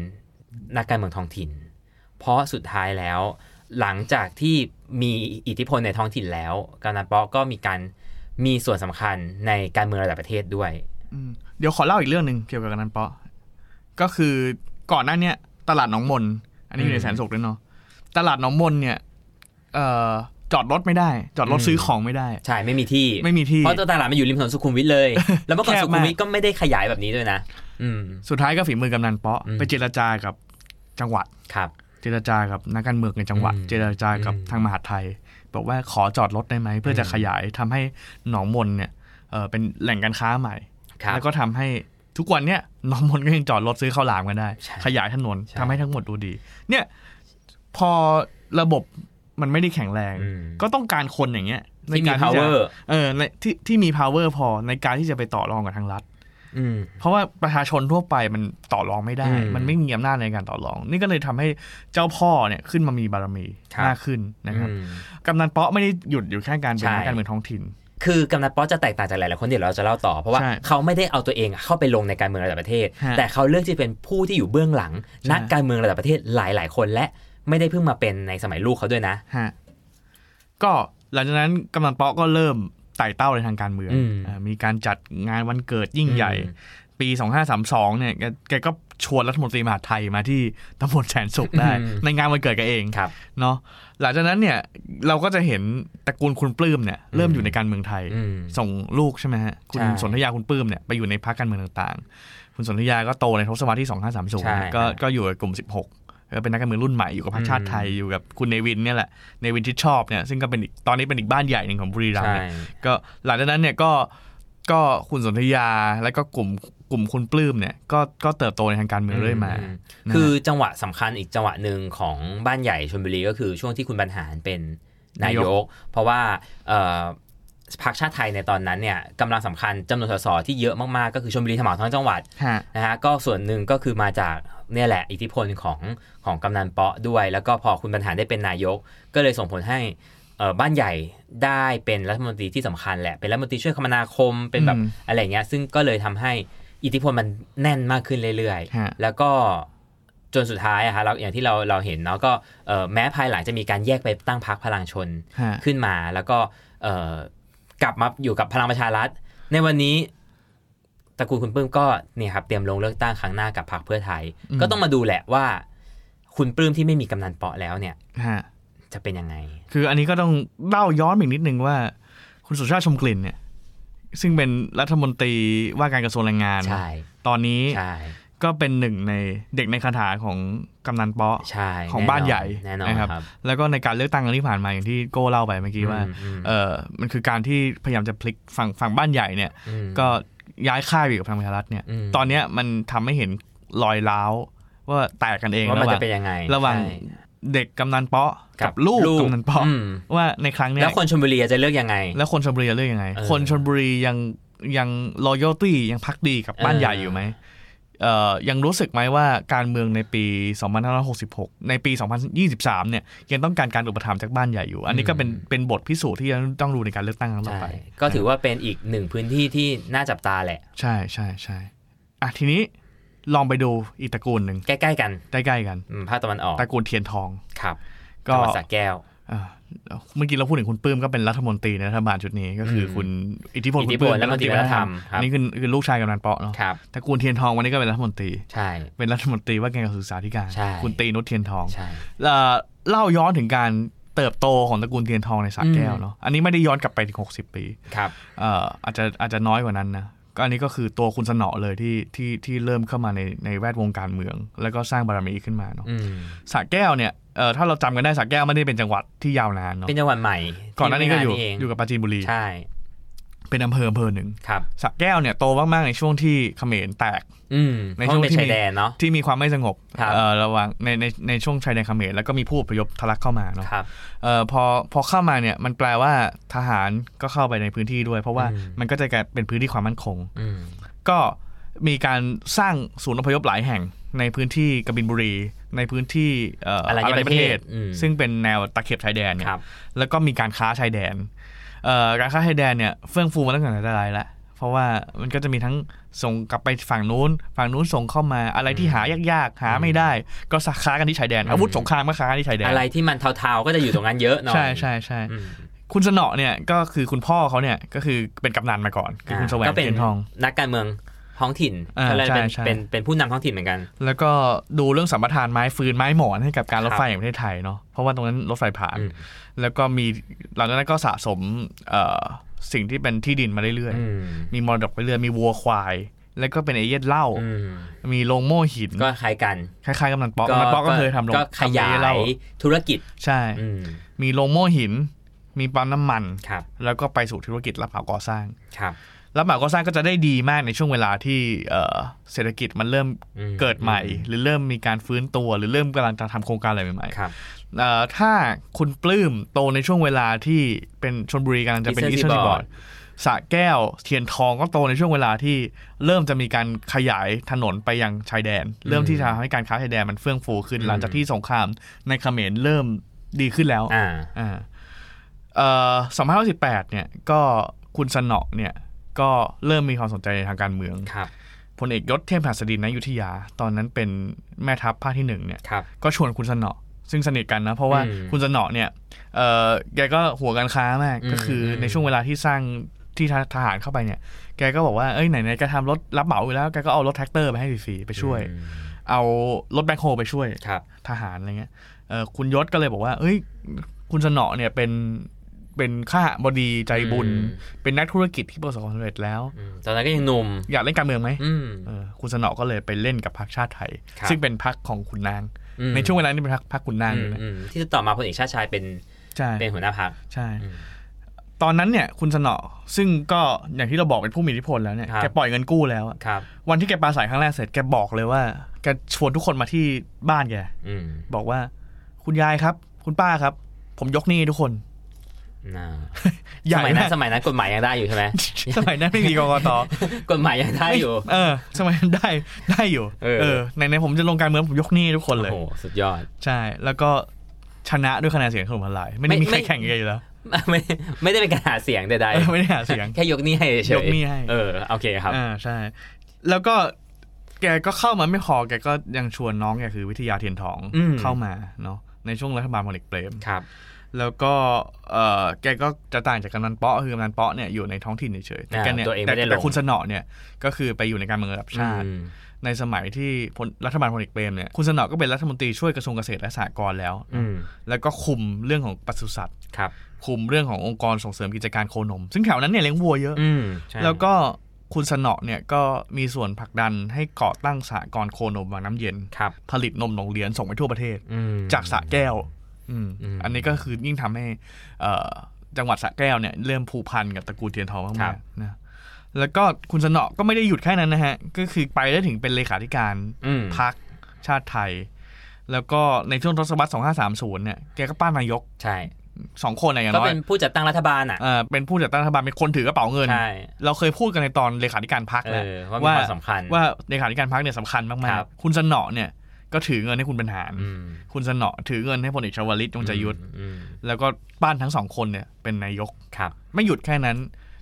[SPEAKER 3] นักการเมืองท้องถิ่น เพราะสุดท้ายแล้ว หลังจากที่มีอิทธิพลในท้องถิ่นแล้วกำนันป๊อก็มีการมีส่วนสำคัญในการเมืองระดับประเทศด้วย
[SPEAKER 2] อืมเดี๋ยวขอเล่าอีกเรื่องหนึ่งเกี่ยวกับกำนันเปาะก็คือก่อนหน้าเนี้ยตลาดหนองมน อันนี้อยู่
[SPEAKER 3] อื
[SPEAKER 2] ใน
[SPEAKER 3] ม
[SPEAKER 2] แสนสุขด้วยเนาะตลาดหนองมนเนี่ยเอ่อจอดรถไม่ได้ จอดรถ
[SPEAKER 3] อืม
[SPEAKER 2] ซื้อของไม่ได้
[SPEAKER 3] ใช่ไม่มีที่
[SPEAKER 2] ไม่มีที่
[SPEAKER 3] เพราะตัวตลาดมันอยู่ริมถนนสุขุมวิทเลย แล้วเมื่อก่อน
[SPEAKER 2] แคบมาก
[SPEAKER 3] สุขุมวิทก็ไม่ได้ขยายแบบนี้ด้วยนะ อืม
[SPEAKER 2] สุดท้ายก็ฝีมือกำนันเปาะ
[SPEAKER 3] อืม
[SPEAKER 2] ไปเจรจากับจังหวัด
[SPEAKER 3] ครับ
[SPEAKER 2] เจรจากับนักการเมืองในจังหวัด
[SPEAKER 3] อืม
[SPEAKER 2] เจรจากับ
[SPEAKER 3] อืม
[SPEAKER 2] ทางมหาดไทย บอกว่าขอจอดรถได้ไหมเพื่อจะ
[SPEAKER 3] อืม
[SPEAKER 2] ขยายทำให้หนองมนเนี่ยเอ่อเป็นแหล่งการค้าใหม่
[SPEAKER 3] ครับ
[SPEAKER 2] แล้วก็ทำให้ทุกวันเนี่ยหนองมนก็ยังจอดรถซื้อข้าวหลามกันได้
[SPEAKER 3] ใช่
[SPEAKER 2] ขยายถนน
[SPEAKER 3] ใช่
[SPEAKER 2] ทำให้ทั้งหมดดูดี เนี่ยพอระบบมันไม่ได้แข็งแรง
[SPEAKER 3] อืม
[SPEAKER 2] ก็ต้องการคนอย่างเงี้ยใน
[SPEAKER 3] ที่มี
[SPEAKER 2] การที่จะ
[SPEAKER 3] power
[SPEAKER 2] เออในที่ที่มี power พอในการที่จะไปต่อรองกับทางรัฐ
[SPEAKER 3] อืม
[SPEAKER 2] เพราะว่าประชาชนทั่วไปมันต่อรองไม่ได้
[SPEAKER 3] อืม
[SPEAKER 2] มันไม่มีอำนาจในการต่อรอง นี่ก็เลยทำให้เจ้าพ่อเนี่ยขึ้นมามีบารมี
[SPEAKER 3] ครับ
[SPEAKER 2] มากขึ้นนะครับ
[SPEAKER 3] อืม
[SPEAKER 2] กำนันเปาะไม่ได้หยุดอยู่แค่การเป็น
[SPEAKER 3] ใช่
[SPEAKER 2] นักการเมืองท้องถิ่น
[SPEAKER 3] คือกำนันป๊อจะแตกต่างจากหลาย ๆ คนเดี๋ยวเราจะเล่าต่อ เพราะว่า
[SPEAKER 2] ใช่
[SPEAKER 3] เขาไม่ได้เอาตัวเองเข้าไปลงในการเมืองระดับประเทศ
[SPEAKER 2] ฮะ
[SPEAKER 3] แต่เขาเลือกที่เป็นผู้ที่อยู่เบื้องหลัง
[SPEAKER 2] ใช่
[SPEAKER 3] นักการเมืองระดับประเทศหลาย ๆ คนและไม่ได้เพิ่งมาเป็นในสมัยลูกเขาด้วยนะ
[SPEAKER 2] ฮะก็หลังจากนั้นกำนันเปาะก็เริ่มไต่เต้าในทางการเมือง
[SPEAKER 3] อืม
[SPEAKER 2] อ่ามีการจัดงานวันเกิดยิ่งใหญ่
[SPEAKER 3] อืม
[SPEAKER 2] ปี 2532 เนี่ยแกแกก็ชวนรัฐมนตรีมหาดไทยมาที่ตำบลแสนสุขได้
[SPEAKER 3] อืม
[SPEAKER 2] ในงานวันเกิดแกเอง
[SPEAKER 3] ครับ
[SPEAKER 2] เนาะหลังจากนั้นเนี่ยเราก็จะเห็นตระกูลคุณปลื้มเนี่ยเริ่มอยู่ในการเมืองไทย
[SPEAKER 3] อืม
[SPEAKER 2] ส่งลูกใช่ไหมฮะ คุณ
[SPEAKER 3] ใช่
[SPEAKER 2] สนธยาคุณปลื้มเนี่ยไปอยู่ในพรรคการเมืองต่างๆ คุณสนธยาก็โตในทศวรรษที่
[SPEAKER 3] ใช่
[SPEAKER 2] 2530 ก็
[SPEAKER 3] ครับ
[SPEAKER 2] ก็อยู่กับกลุ่ม 16ก็เป็นนักการเมืองรุ่นใหม่อยู่กับพรรคชาติไทย
[SPEAKER 3] อืม
[SPEAKER 2] อยู่กับคุณเนวินเนี่ยแหละเนวินที่ชอบเนี่ยซึ่งก็เป็นอีกตอนนี้เป็นอีกบ้านใหญ่หนึ่งของบุรีรัมย์
[SPEAKER 3] ใช่
[SPEAKER 2] เนี่ย ก็หลังจากนั้นเนี่ยก็ก็คุณสนธยาและก็กลุ่มกลุ่มคุณปลื้มเนี่ยก็ก็เติบโตในทางการเมืองเรื่อยมา
[SPEAKER 3] ม
[SPEAKER 2] นะ
[SPEAKER 3] คือจังหวะสำคัญอีกจังหวะหนึ่งของบ้านใหญ่ชนบุรีก็คือช่วงที่คุณบรรหารเป็นนายก เพราะว่าเอ่อพรรคชาติไทยในตอนนั้นเนี่ยกำลังสำคัญจำนวนสสที่เยอะมากๆ ก็คือชนบุรีทั้งหมดทั้งจังหวัด
[SPEAKER 2] ฮะ
[SPEAKER 3] นะฮะก็ส่วนหนึ่งก็คือมาจากเนี่ยแหละอิทธิพลของของกำนันเปาะด้วย แล้วก็พอคุณบรรหารได้เป็นนายก ก็เลยส่งผลให้เอ่อบ้านใหญ่ได้เป็นรัฐมนตรีที่สำคัญแหละเป็นรัฐมนตรีช่วยคมนาคมเป็นแบบ
[SPEAKER 2] อืม
[SPEAKER 3] อะไรอย่างเงี้ยซึ่งก็เลยทำให้อิทธิพลมันแน่นมากขึ้นเรื่อย
[SPEAKER 2] ฮะ
[SPEAKER 3] ๆ แล้วก็จนสุดท้ายอะฮะเราอย่างที่เราเราเห็นเนาะก็เอ่อแม้ภายหลังจะมีการแยกไปตั้งพรรคพลังชน
[SPEAKER 2] ฮะ
[SPEAKER 3] ขึ้นมาแล้วก็เอ่อกลับมาอยู่กับพลังประชารัฐ ในวันนี้ตระกูลคุณปลื้มก็เนี่ยครับเตรียมลงเลือกตั้งครั้งหน้ากับพรรคเพื่อไทย
[SPEAKER 2] อืม
[SPEAKER 3] ก็ต้องมาดูแหละว่า คุณปลื้มที่ไม่มีกำนันเปาะแล้วเนี่ย
[SPEAKER 2] ฮะ
[SPEAKER 3] จะเป็นยังไง
[SPEAKER 2] คืออันนี้ก็ต้องเล่าย้อนอีกนิดนึงว่า คุณสุชาติชมกลิ่นเนี่ยซึ่งเป็นรัฐมนตรีว่าการกระทรวงแรงงาน
[SPEAKER 3] ใช่
[SPEAKER 2] ตอนนี้
[SPEAKER 3] ใช่
[SPEAKER 2] ก็เป็นหนึ่งในเด็กในคาถาของกำนันเปาะ
[SPEAKER 3] ใช่
[SPEAKER 2] ของ
[SPEAKER 3] แน่น
[SPEAKER 2] บ้าน
[SPEAKER 3] น
[SPEAKER 2] ใหญ่
[SPEAKER 3] แน่นอน
[SPEAKER 2] นะ
[SPEAKER 3] ค
[SPEAKER 2] ครั
[SPEAKER 3] รับ บ
[SPEAKER 2] แล้วก็ในการเลือกตั้งครั้งที่ผ่านมาอย่างที่โก้เล่าไปเมื่อกี้ว่า
[SPEAKER 3] อืม
[SPEAKER 2] เออมันคือการที่พยายามจะพลิกฝั่งฝั่งบ้านใหญ่เนี่ย
[SPEAKER 3] อืม
[SPEAKER 2] ก็ย้ายค่ายไปอยู่กับพลังประชารัฐเนี่ย
[SPEAKER 3] ม
[SPEAKER 2] ตอนเนี้ยมันทำให้เห็นรอยร้าวว่าแตกกันเอง
[SPEAKER 3] ว่า
[SPEAKER 2] ระ
[SPEAKER 3] มัน
[SPEAKER 2] หว่าง
[SPEAKER 3] จะเป็นยังไง
[SPEAKER 2] ระหว่าง
[SPEAKER 3] ใช่
[SPEAKER 2] เด็กกำนันเปาะกับลูกกำนันเปาะ
[SPEAKER 3] อืม
[SPEAKER 2] ว่าในครั้งเนี้ย
[SPEAKER 3] แล้วคนชลบุรีจะเลือกยังไง
[SPEAKER 2] แล้วคนชลบุรีจะเลือกยังไง
[SPEAKER 3] เออ
[SPEAKER 2] คนชลบุรียังยังรอย a ตี้ยังพักดีกับบ้าน
[SPEAKER 3] เออ
[SPEAKER 2] ใหญ่อยู่ไหมเอ่อยังรู้สึกไหมว่าการเมืองในปี 2566 ในปี 2023 เนี่ยยังต้องการการอุปถัมภ์จากบ้านใหญ่อยู่ อันนี้ก็เป็นเป็นบทพิสูจน์ที่ยังต้องดูในการเลือกตั้งครั้งต่อ
[SPEAKER 3] ใช่
[SPEAKER 2] ไป
[SPEAKER 3] ก็ถือว่าเป็นอีกหนึ่งพื้นที่ที่น่าจับตาแหละ
[SPEAKER 2] ใช่ใช่ใช่อ่ะทีนี้ลองไปดูอีกตระกูลหนึ่ง
[SPEAKER 3] ใกล้ๆกัน
[SPEAKER 2] ใกล้ๆกัน
[SPEAKER 3] อืมภาคตะวันออก
[SPEAKER 2] ตระกูลเทียนทอง
[SPEAKER 3] ครับ
[SPEAKER 2] ก็
[SPEAKER 3] จังหวัดสระแก้ว
[SPEAKER 2] เอ่อเมื่อกี้เราพูดถึงคุณปื้มก็เป็นรัฐมนตรีในรัฐบาลชุดนี้ก็คืออ
[SPEAKER 3] ม
[SPEAKER 2] คุณอิทธิพล
[SPEAKER 3] อิ
[SPEAKER 2] คุ
[SPEAKER 3] ทธิ
[SPEAKER 2] ณ
[SPEAKER 3] พล
[SPEAKER 2] ปื้ม
[SPEAKER 3] รัฐมนตรี
[SPEAKER 2] เป็
[SPEAKER 3] วัฒนธรรมค
[SPEAKER 2] อั
[SPEAKER 3] รับ
[SPEAKER 2] นนี้คือคือลูกชายกำนันเปาะเนาะ
[SPEAKER 3] ครับ
[SPEAKER 2] ตระกูลเทียนทองวันนี้ก็เป็นรัฐมนตรี
[SPEAKER 3] ใช่
[SPEAKER 2] เป็นรัฐมนตรีว่าการกระทรวงศึกษาธิการ
[SPEAKER 3] ใช่
[SPEAKER 2] คุณตรีนุชเทียนทอง
[SPEAKER 3] ใช่
[SPEAKER 2] เอ่อเล่าย้อนถึงการเติบโตของตระกูลเทียนทองในสระแก้วเนาะอันนี้ไม่ได้ย้อนกลับไปถึง60 ปี
[SPEAKER 3] ครับ
[SPEAKER 2] เอ่ออาจจะอาจจะน้อยกว่านั้นนะก็อันนี้ก็คือตัวคุณสนอเลยที่ที่ที่เริ่มเข้ามาในในแวดวงการเมือง แล้วก็สร้างบารมีขึ้นมาเนาะ
[SPEAKER 3] อืม
[SPEAKER 2] สระแก้วเนี่ยเอ่อถ้าเราจำกันได้สระแก้วไม่ได้เป็นจังหวัดที่ยาวนานเนาะ
[SPEAKER 3] เป็นจังหวัดใหม่
[SPEAKER 2] ก่อนหน้านี้ก็อยู่
[SPEAKER 3] ที่ไม่าเอง
[SPEAKER 2] อยู่กับปราจีนบุรี
[SPEAKER 3] ใช่
[SPEAKER 2] เป็นอำเภออำเภอหนึ่ง
[SPEAKER 3] ครับ
[SPEAKER 2] สระแก้วเนี่ยโตมากๆในช่วงที่เขมรแตก
[SPEAKER 3] อืม
[SPEAKER 2] ใน
[SPEAKER 3] ใน
[SPEAKER 2] ช่
[SPEAKER 3] ช่
[SPEAKER 2] ว
[SPEAKER 3] ว
[SPEAKER 2] ง
[SPEAKER 3] ง
[SPEAKER 2] ที่
[SPEAKER 3] เป็นชายแดนเนาะ
[SPEAKER 2] ที่มีความไม่สงบ
[SPEAKER 3] ครับ
[SPEAKER 2] เอ่อระหว่างในในในช่วงชายแดนเขมรแล้วก็มีผู้อพยพทะลักเข้ามาเนาะ
[SPEAKER 3] ครับ
[SPEAKER 2] เอ่อพอพอเข้ามาเนี่ยมันแปลว่าทหารก็เข้าไปในพื้นที่ด้วย เพราะว่า
[SPEAKER 3] อืม
[SPEAKER 2] มันก็จะกลายเป็นพื้นที่ความมั่นคง
[SPEAKER 3] อืม
[SPEAKER 2] ก็มีการสร้างศูนย์อพยพหลายแห่งในพื้นที่กบินบุรี ในพื้นที่เอ่ออ
[SPEAKER 3] รัญญประเทศอืม
[SPEAKER 2] ซึ่งเป็นแนวตะเข็บชายแดนเนี่ย
[SPEAKER 3] ครับ
[SPEAKER 2] แล้วก็มีการค้าชายแดนเอ่อการค้าชายแดนเนี่ยเฟื่องฟูมาตั้งแต่ไหนแต่ไรแล้วเพราะว่ามันก็จะมีทั้งส่งกลับไปฝั่งนู้น ฝั่งนู้นส่งเข้ามาอะไรที่หายากๆ หาไม่ได้ ก็สักค้ากันที่ชายแดน
[SPEAKER 3] อืม
[SPEAKER 2] อาวุธสงครามก็ค้าที่ชายแดน
[SPEAKER 3] อะไรที่มันเทาๆก็จะอยู่ตรงนั้นเยอะหน่อย
[SPEAKER 2] ใช่ใช่ใช่
[SPEAKER 3] อืม
[SPEAKER 2] คุณสนอเนี่ยก็คือคุณพ่อเขาเนี่ยก็คือเป็นกำนันมาก่อน คือคุณแสวง
[SPEAKER 3] ก็เป็น
[SPEAKER 2] เทียนทอง
[SPEAKER 3] นักการเมืองท้องถิ่น
[SPEAKER 2] อ่า
[SPEAKER 3] เขาเลยกเป็น
[SPEAKER 2] ใช่ใช่
[SPEAKER 3] เป็นเป็นผู้นำท้องถิ่นเหมือนกัน
[SPEAKER 2] แล้วก็ดูเรื่องสัมปทานไม้ฟืนไม้หมอนให้กับการรถไฟ
[SPEAKER 3] ครับ
[SPEAKER 2] แห่งประเทศไทยเนาะเพราะว่าตรงนั้นรถไฟผ่าน
[SPEAKER 3] อืม
[SPEAKER 2] แล้วก็มีหลังจากนั้นก็สะสมเอ่อสิ่งที่เป็นที่ดินมาเรื่อยๆ
[SPEAKER 3] อืม
[SPEAKER 2] มีมรดกไปเรื่อยมีวัวควาย แล้วก็เป็นเอเย่นเหล้า
[SPEAKER 3] อืม
[SPEAKER 2] มีโรงโม่หิน
[SPEAKER 3] ก็คล้ายกัน
[SPEAKER 2] คล้ายๆกำนันป๊อกกำนันป๊อกก็เคยทำโรง
[SPEAKER 3] ก็ขยา
[SPEAKER 2] ทำเอเนเหล้าย
[SPEAKER 3] ธุรกิจ
[SPEAKER 2] ใช่
[SPEAKER 3] อืม
[SPEAKER 2] มีโรงโม่หิน มีปั๊มน้ำมัน
[SPEAKER 3] ครับ
[SPEAKER 2] แล้วก็ไปสู่ธุรกิจรับเหมาก่อสร้าง
[SPEAKER 3] ครับ
[SPEAKER 2] รับเหมาก่อสร้างก็จะได้ดีมากในช่วงเวลาที่เอ่อเศรษฐกิจมันเริ่ม
[SPEAKER 3] อื
[SPEAKER 2] เกิดใหม่ หรือเริ่มมีการฟื้นตัว หรือเริ่มกำลังจะทำโครงการอะไรใหม่
[SPEAKER 3] ครับ
[SPEAKER 2] ๆเอ่อถ้าคุณปลื้มโตในช่วงเวลาที่เป็นชนบุรีกำลังจะเป็น
[SPEAKER 3] Eastern
[SPEAKER 2] อีสเทิร์นซีบอร์
[SPEAKER 3] Seaboard
[SPEAKER 2] ดสระแก้วเทียนทองก็โตในช่วงเวลาที่เริ่มจะมีการขยายถนนไปยังชายแดน เริ่มที่จะทำให้การค้าชายแดนมันเฟื่องฟูขึ้น
[SPEAKER 3] อืม
[SPEAKER 2] หลังจากที่สงครามในเขมรเริ่มดีขึ้นแล้ว
[SPEAKER 3] อ่า
[SPEAKER 2] อ่าเอ่อสองพันห้าร้อยสิบแปดเนี่ยก็คุณสนอเนี่ยก็เริ่มมีความสนใจในทางการเมือง
[SPEAKER 3] ครับ
[SPEAKER 2] พลเอกยศเทพหัสดินนอยุธยา ตอนนั้นเป็นแม่ทัพภาคที่หนึ่งเนี่ย
[SPEAKER 3] ครับ
[SPEAKER 2] ก็ชวนคุณสนอซึ่งสนิทกันนะ เพราะว่า
[SPEAKER 3] อืม
[SPEAKER 2] คุณสนอเนี่ยเออแกก็หัวการค้ามาก
[SPEAKER 3] อืม
[SPEAKER 2] ก็คืออ
[SPEAKER 3] ม
[SPEAKER 2] ในช่วงเวลาที่สร้าง ที่ทหทหารเข้าไปเนี่ย แกก็บอกว่าเอ้ยไหนๆแกทำรถรับเหมาอยู่แล้วแกก็เอารถแท็กเตอร์ไปให้ฟรีๆไปช่วย
[SPEAKER 3] อืม
[SPEAKER 2] เอารถแบ็คโฮไปช่วย
[SPEAKER 3] ครับ
[SPEAKER 2] ทหารอะไรเงี้ยเอ่อคุณยศก็เลยบอกว่า เอ้ย คุณสนอเนี่ยเป็น เป็นข้าบดีใจบุญ
[SPEAKER 3] อืม
[SPEAKER 2] เป็นนักธุรกิจที่ประสบความสำเร็จแล้ว
[SPEAKER 3] อืมตอนนั้นก็ยังหนุ่ม
[SPEAKER 2] อยากเล่นการเมืองไหม
[SPEAKER 3] อืม
[SPEAKER 2] เออคุณสนอก็เลยไปเล่นกับพรรคชาติไทย
[SPEAKER 3] ครับ
[SPEAKER 2] ซึ่งเป็นพรรคของขุนนาง
[SPEAKER 3] อืม
[SPEAKER 2] ในช่วงเวลานี้เป็นพรรคพรรคขุนนาง
[SPEAKER 3] อื
[SPEAKER 2] อ
[SPEAKER 3] ม
[SPEAKER 2] ยู่นะ
[SPEAKER 3] อืมที่ต่อมาพลเอกชาติชายเป็น
[SPEAKER 2] ใช่
[SPEAKER 3] เป็นหัวหน้าพรรค
[SPEAKER 2] ใช่
[SPEAKER 3] อืม
[SPEAKER 2] ตอนนั้นเนี่ย คุณสนอซึ่งก็อย่างที่เราบอกเป็นผู้มีอิทธิพลแล้วเนี่ย
[SPEAKER 3] ครับ
[SPEAKER 2] แกปล่อยเงินกู้แล้วอะ
[SPEAKER 3] ครับ
[SPEAKER 2] วันที่แกปราศัยครั้งแรกเสร็จแกบอกเลยว่าแกชวนทุกคนมาที่บ้านแก
[SPEAKER 3] อืม
[SPEAKER 2] บอกว่าคุณยายครับ คุณป้าครับ ผมยกหนี้ให้ทุกคน
[SPEAKER 3] น่า
[SPEAKER 2] ให
[SPEAKER 3] ส
[SPEAKER 2] ญ่
[SPEAKER 3] มัยนั้
[SPEAKER 2] มาก
[SPEAKER 3] นสมัยนั้นกฎหมายยังได้อยู่ใช่ไหม
[SPEAKER 2] สมัยนั้นไม่มีกกต
[SPEAKER 3] กฎหมายยังได้อยู่
[SPEAKER 2] เออ สมัยนั้นได้ได้อยู่
[SPEAKER 3] เออ
[SPEAKER 2] ในในๆผมจะลงการเมืองผมยกหนี้ให้ทุกคน
[SPEAKER 3] โอ้
[SPEAKER 2] เลย
[SPEAKER 3] โหสุดยอด
[SPEAKER 2] ใช่ แล้วก็ชนะด้วยคะแนนเสียงถล่มทลาย ไม่ได้มีใคร
[SPEAKER 3] ไม่ไม่
[SPEAKER 2] แข่งกันอยู่แล้ว
[SPEAKER 3] ไม่ไม่ได้เป็นการหาเสียงใด
[SPEAKER 2] เออไม่ได้หาเสียง
[SPEAKER 3] ๆแค่ยกหนี้ให้เฉยๆ
[SPEAKER 2] ยกหนี้ให้
[SPEAKER 3] เออโอเคครับ
[SPEAKER 2] อ่าใช่ แล้วก็แกก็เข้ามาไม่พอแกก็ยังชวนน้องแกคือวิทยาเทียนทอง
[SPEAKER 3] อืม
[SPEAKER 2] เข้ามาเนาะในช่วงรัฐบาลพลเอกเปรม
[SPEAKER 3] ครับ
[SPEAKER 2] แล้วก็เออแกก็จะต่างจากกำนันเปาะคือกำนันเปาะเนี่ยอยู่ในท้องถิ่นเฉยๆแต่
[SPEAKER 3] อ่า
[SPEAKER 2] แกเนี่ย
[SPEAKER 3] ตัวเอง
[SPEAKER 2] แต่
[SPEAKER 3] ไม่ได้ลง
[SPEAKER 2] แต่คุณสนอเนี่ยก็คือไปอยู่ในการเมืองระดับชาติ
[SPEAKER 3] อืม
[SPEAKER 2] ในสมัยที่พลรัฐบาลพลเอกเปรมเนี่ยคุณสนอก็เป็นรัฐมนตรีช่วยกระทรวงเกษตรและสหกรณ์แล้ว
[SPEAKER 3] อืม
[SPEAKER 2] แล้วก็คุมเรื่องของปศุสัตว์
[SPEAKER 3] ครับ
[SPEAKER 2] คุมเรื่องขององค์กรส่งเสริมกิจการโคนม ซึ่งแถวนั้นเนี่ยเลี้ยงวัวเยอะ
[SPEAKER 3] อืมใช่
[SPEAKER 2] แล้วก็คุณสนอเนี่ยก็มีส่วนผลักดันให้ก่อตั้งสหกรณ์โคนมบางน้ำเย็น
[SPEAKER 3] ครับ
[SPEAKER 2] ผลิตนมโรงเรียนส่งไปทั่วประเทศ
[SPEAKER 3] อืม
[SPEAKER 2] จากสระแก้ว อืม
[SPEAKER 3] อืม
[SPEAKER 2] อันนี้ก็คือยิ่งทำให้เอ่อจังหวัดสระแก้วเนี่ยเริ่มผูกพันกับตระกูลเทียนทองมากๆนะแล้วก็คุณสนอก็ไม่ได้หยุดแค่นั้นนะฮะ ก็คือไปได้ถึงเป็นเลขาธิการ
[SPEAKER 3] อืม
[SPEAKER 2] พรรคชาติไทย แล้วก็ในช่วงทศวรรษ 2530 เนี่ย แกก็ป้านนายก
[SPEAKER 3] ใช่
[SPEAKER 2] สองคนอะอย่าง
[SPEAKER 3] ก็
[SPEAKER 2] น้อย
[SPEAKER 3] เป็นผู้จัดตั้งรัฐบาลอ่ะ
[SPEAKER 2] เอ่อเป็นผู้จัดตั้งรัฐบาลเป็นคนถือกระเป๋าเงิน
[SPEAKER 3] ใช่
[SPEAKER 2] เราเคยพูดกันในตอนเลขาธิการพรรค
[SPEAKER 3] เอ
[SPEAKER 2] แล้ว
[SPEAKER 3] อว่ามีความสำคัญ
[SPEAKER 2] ว่าเลขาธิการพรรคเนี่ยสำคัญมา
[SPEAKER 3] ค
[SPEAKER 2] ก
[SPEAKER 3] รับ
[SPEAKER 2] ๆ คุณสนอเนี่ยก็ถือเงินให้คุณบรรหาร
[SPEAKER 3] อืม
[SPEAKER 2] คุณสนอถือเงินให้พลเอกชวลิตจงใจยุทธ
[SPEAKER 3] อืม
[SPEAKER 2] แล้วก็ป้านทั้งสองคนเนี่ยเป็นนายก
[SPEAKER 3] ครับ
[SPEAKER 2] ไม่หยุดแค่นั้น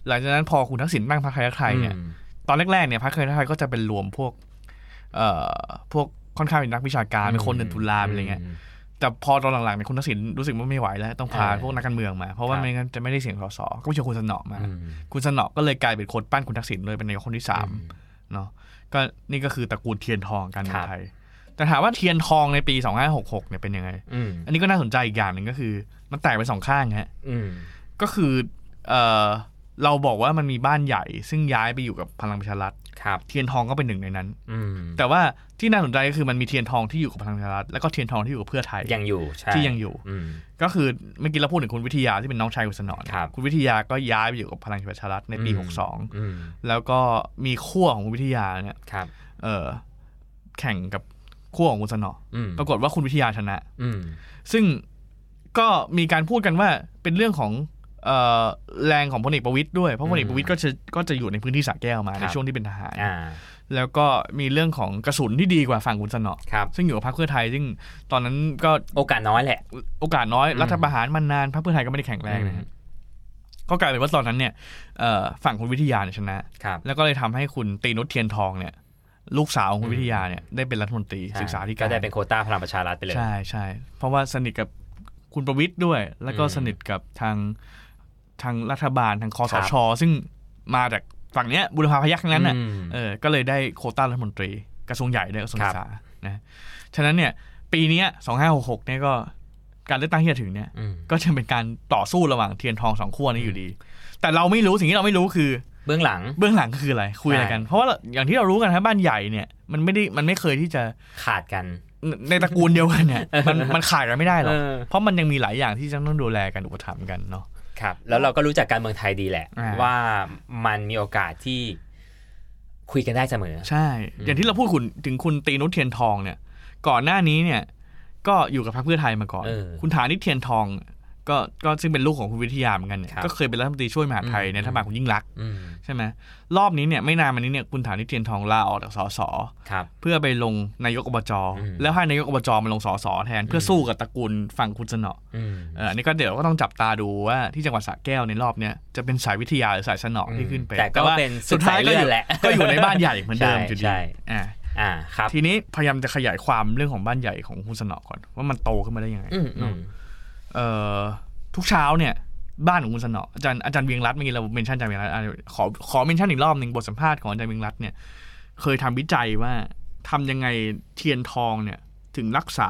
[SPEAKER 2] หลังจากนั้นพอคุณทักษิณตั้งพรรคไทยรักไทยเนี่ย
[SPEAKER 3] อืม
[SPEAKER 2] ตอนแรกๆเนี่ยพรรคไทยรักไทยก็จะเป็นรวมพวกเอ่อพวกค่อนข้างเป็นนักวิชาการเป็นคนเดินตุลาเป็นอะไรเงี้ย
[SPEAKER 3] ม
[SPEAKER 2] แต่พอตอนหลังๆเนี่ยคุณทักษิณรู้สึกว่าไม่ไหวแล้วต้องพา
[SPEAKER 3] เออ
[SPEAKER 2] พวกนักการเมืองมา เพราะว่า
[SPEAKER 3] ครับ
[SPEAKER 2] ไม่งั้นจะไม่ได้เสียงสสก็ไปเชิญคุณสนอมา
[SPEAKER 3] อืม
[SPEAKER 2] คุณสนอก็เลยกลายเป็นคนปั้นคุณทักษิณเลยเป็นนายกคนที่สาม เนาะก็นี่ก็คือตระกูลเทียนทองการเมืองไทย แต่ถามว่าเทียนทองในปี 2566เนี่ยเป็นยังไง
[SPEAKER 3] อืม
[SPEAKER 2] อันนี้ก็น่าสนใจอีกอย่างหนึ่งก็คือ มันแตกเป็นสองข้างฮะ
[SPEAKER 3] อืม
[SPEAKER 2] ก็คือเออเราบอกว่ามันมีบ้านใหญ่ ซึ่งย้ายไปอยู่กับพลังประชารัฐ
[SPEAKER 3] ครับ
[SPEAKER 2] เทียนทองก็เป็นหนึ่งในนั้น
[SPEAKER 3] อืม
[SPEAKER 2] แต่ว่าที่น่าสนใจก็คือมันมีเทียนทองที่อยู่กับพลังประชารัฐแล้วก็เทียนทองที่อยู่กับเพื่อไทย
[SPEAKER 3] ยังอยู่ใช่
[SPEAKER 2] ที่ยังอยู่
[SPEAKER 3] อืม
[SPEAKER 2] ก็คือเมื่อกี้เราพูดถึงคุณวิทยาที่เป็นน้องชายคุณสนอนะครับ คุณวิทยาก็ย้ายไปอยู่กับพลังประชารัฐในปี 62
[SPEAKER 3] อืม
[SPEAKER 2] แล้วก็มีขั้วของคุณวิทยาเนี่ย
[SPEAKER 3] ครับ
[SPEAKER 2] เออแข่งกับคู่ของคุณสนอ
[SPEAKER 3] อืม
[SPEAKER 2] ปรากฏว่าคุณวิทยาชนะ
[SPEAKER 3] อืม
[SPEAKER 2] ซึ่งก็มีการพูดกันว่าเป็นเรื่องของเออแรงของพลเอกประวิตยด้วย เพราะพลเอกประวิตยก็จะก็จะอยู่ในพื้นที่สระแก้วมาในช่วงที่เป็นทหาร
[SPEAKER 3] อ่า
[SPEAKER 2] แล้วก็มีเรื่องของกระสุนที่ดีกว่าฝั่งคุณสนอ
[SPEAKER 3] ครับ
[SPEAKER 2] ซึ่งอยู่กับพรรคเพื่อไทย ซึ่งตอนนั้นก็
[SPEAKER 3] โอกาสน้อยแหละ
[SPEAKER 2] โอกาสน้อย
[SPEAKER 3] อืม
[SPEAKER 2] รัฐประหารมานานพรรคเพื่อไทยก็ไม่ได้แข็งแรงนะฮะก็กลายเป็นว่าตอนนั้นเนี่ยเอ่อฝั่งคุณวิทยาเนี่ยชนะ
[SPEAKER 3] ครับ
[SPEAKER 2] แล้วก็เลยทำให้คุณตีนุชเทียนทองเนี่ย ลูกสาวของคุณ
[SPEAKER 3] อืม
[SPEAKER 2] วิทยาเนี่ยได้เป็นรัฐมนตรีศึกษาธิการ
[SPEAKER 3] ก็ได้เป็นโควต้าพลังประชารัฐไปเลย
[SPEAKER 2] ใช่ใช่เพราะว่าสนิทกับคุณประวิทย์ด้วย แล้วก็
[SPEAKER 3] อืม
[SPEAKER 2] สนิทกับทางทางรัฐบาลทางคอส
[SPEAKER 3] ครั
[SPEAKER 2] ช ซึ่งมาจากฝั่งเนี้ยบุรพาพยัคฆ์ทั้งนั้นน่ะ
[SPEAKER 3] อืม
[SPEAKER 2] เออก็เลยได้โควต้ารัฐมนตรีกระทรวงใหญ่ด้วยกระทรวง
[SPEAKER 3] ครั
[SPEAKER 2] ศึ
[SPEAKER 3] บ
[SPEAKER 2] กษานะฉะนั้นเนี่ย ปีเนี้สองห้าหกหกเนี่ยก็การเลือกตั้งที่จะถึงเนี่ย
[SPEAKER 3] อืม
[SPEAKER 2] ก็จะเป็นการต่อสู้ระหว่างเทียนทองสองขั้วนี้อยู่ดี แต่เราไม่รู้สิ่งที่เราไม่รู้คือ
[SPEAKER 3] เบื้องหลัง
[SPEAKER 2] เบื้องหลังคืออะไรคุยอะไรกัน เพราะว่าอย่างที่เรารู้กันครับบ้านใหญ่เนี่ยมันไม่ได้มันไม่เคยที่จะ
[SPEAKER 3] ขาดกัน
[SPEAKER 2] ในในตระกูลเดียวกันเนี่ย มันมันขาดกันไม่ได้หรอก
[SPEAKER 3] เออ
[SPEAKER 2] เพราะมันยังมีหลายอย่างที่จะต้องดูแลกันอุปถัมภ์กันเนาะ
[SPEAKER 3] ครับ แล้วเราก็รู้จักการเมืองไทยดีแหละ
[SPEAKER 2] อ่า
[SPEAKER 3] ว่ามันมีโอกาสที่คุยกันได้เสมอ
[SPEAKER 2] ใช่ อย่างที่เราพูดคุณถึงคุณตีนุชเทียนทองเนี่ย ก่อนหน้านี้เนี่ยก็อยู่กับพรรคเพื่อไทยมาก่อน
[SPEAKER 3] เออ
[SPEAKER 2] คุณฐานิชเทียนทอง ก็ก็ซึ่งเป็นลูกของคุณวิทยาเหมือนกันเนี่ย
[SPEAKER 3] ครับ
[SPEAKER 2] ก็เคยเป็นรัฐมนตรีช่วยมหาดไทย
[SPEAKER 3] อืม
[SPEAKER 2] ในรัฐบาลคุณยิ่งรักษณ์
[SPEAKER 3] อืม
[SPEAKER 2] ใช่ไหมรอบนี้เนี่ยไม่นานมานี้เนี่ยคุณฐานิชเทียนทองลาออกจากสส
[SPEAKER 3] ครับ
[SPEAKER 2] เพื่อไปลงนายกอบจอ
[SPEAKER 3] อืม
[SPEAKER 2] แล้วให้นายกอบจอมาลงสสแทน เพื่อสู้กับตระกูลฝั่งคุณสนอ
[SPEAKER 3] อืม
[SPEAKER 2] เอออันนี้ก็เดี๋ยวก็ต้องจับตาดูว่าที่จังหวัดสระแก้วในรอบเนี้ยจะเป็นสายวิทยาหรือสายสนอ
[SPEAKER 3] อืม
[SPEAKER 2] ที่ขึ้นไป
[SPEAKER 3] แต่ก็
[SPEAKER 2] ว่า
[SPEAKER 3] เป็น
[SPEAKER 2] สุดท้ายก็อ
[SPEAKER 3] สายเลือยู่ ดแหละ
[SPEAKER 2] ก็อยู่ในบ้านใหญ่เหมือนเดิม
[SPEAKER 3] ใช่
[SPEAKER 2] อยู่ดี
[SPEAKER 3] ใช่
[SPEAKER 2] อ่า
[SPEAKER 3] อ่าครับ
[SPEAKER 2] ทีนี้พยายามจะขยายความเรื่องของบ้านใหญ่ของคุณสนอก่อน ว่ามันโตขึ้นมาได้ยังไง
[SPEAKER 3] อืมอื
[SPEAKER 2] เนอะ
[SPEAKER 3] ม
[SPEAKER 2] เอ่อทุกเช้าเนี่ย บ้านของคุณสนออาจารย์อาจารย์เวียงรัตน์เมื่อกี้เราเมนชั่นอาจารย์เวียงรัตน์อ่ะขอขอเมนชั่นอีกรอบหนึ่งบทสัมภาษณ์ของอาจารย์เวียงรัตน์เนี่ยเคยทำวิจัยว่าทำยังไงเทียนทองเนี่ยถึงรักษา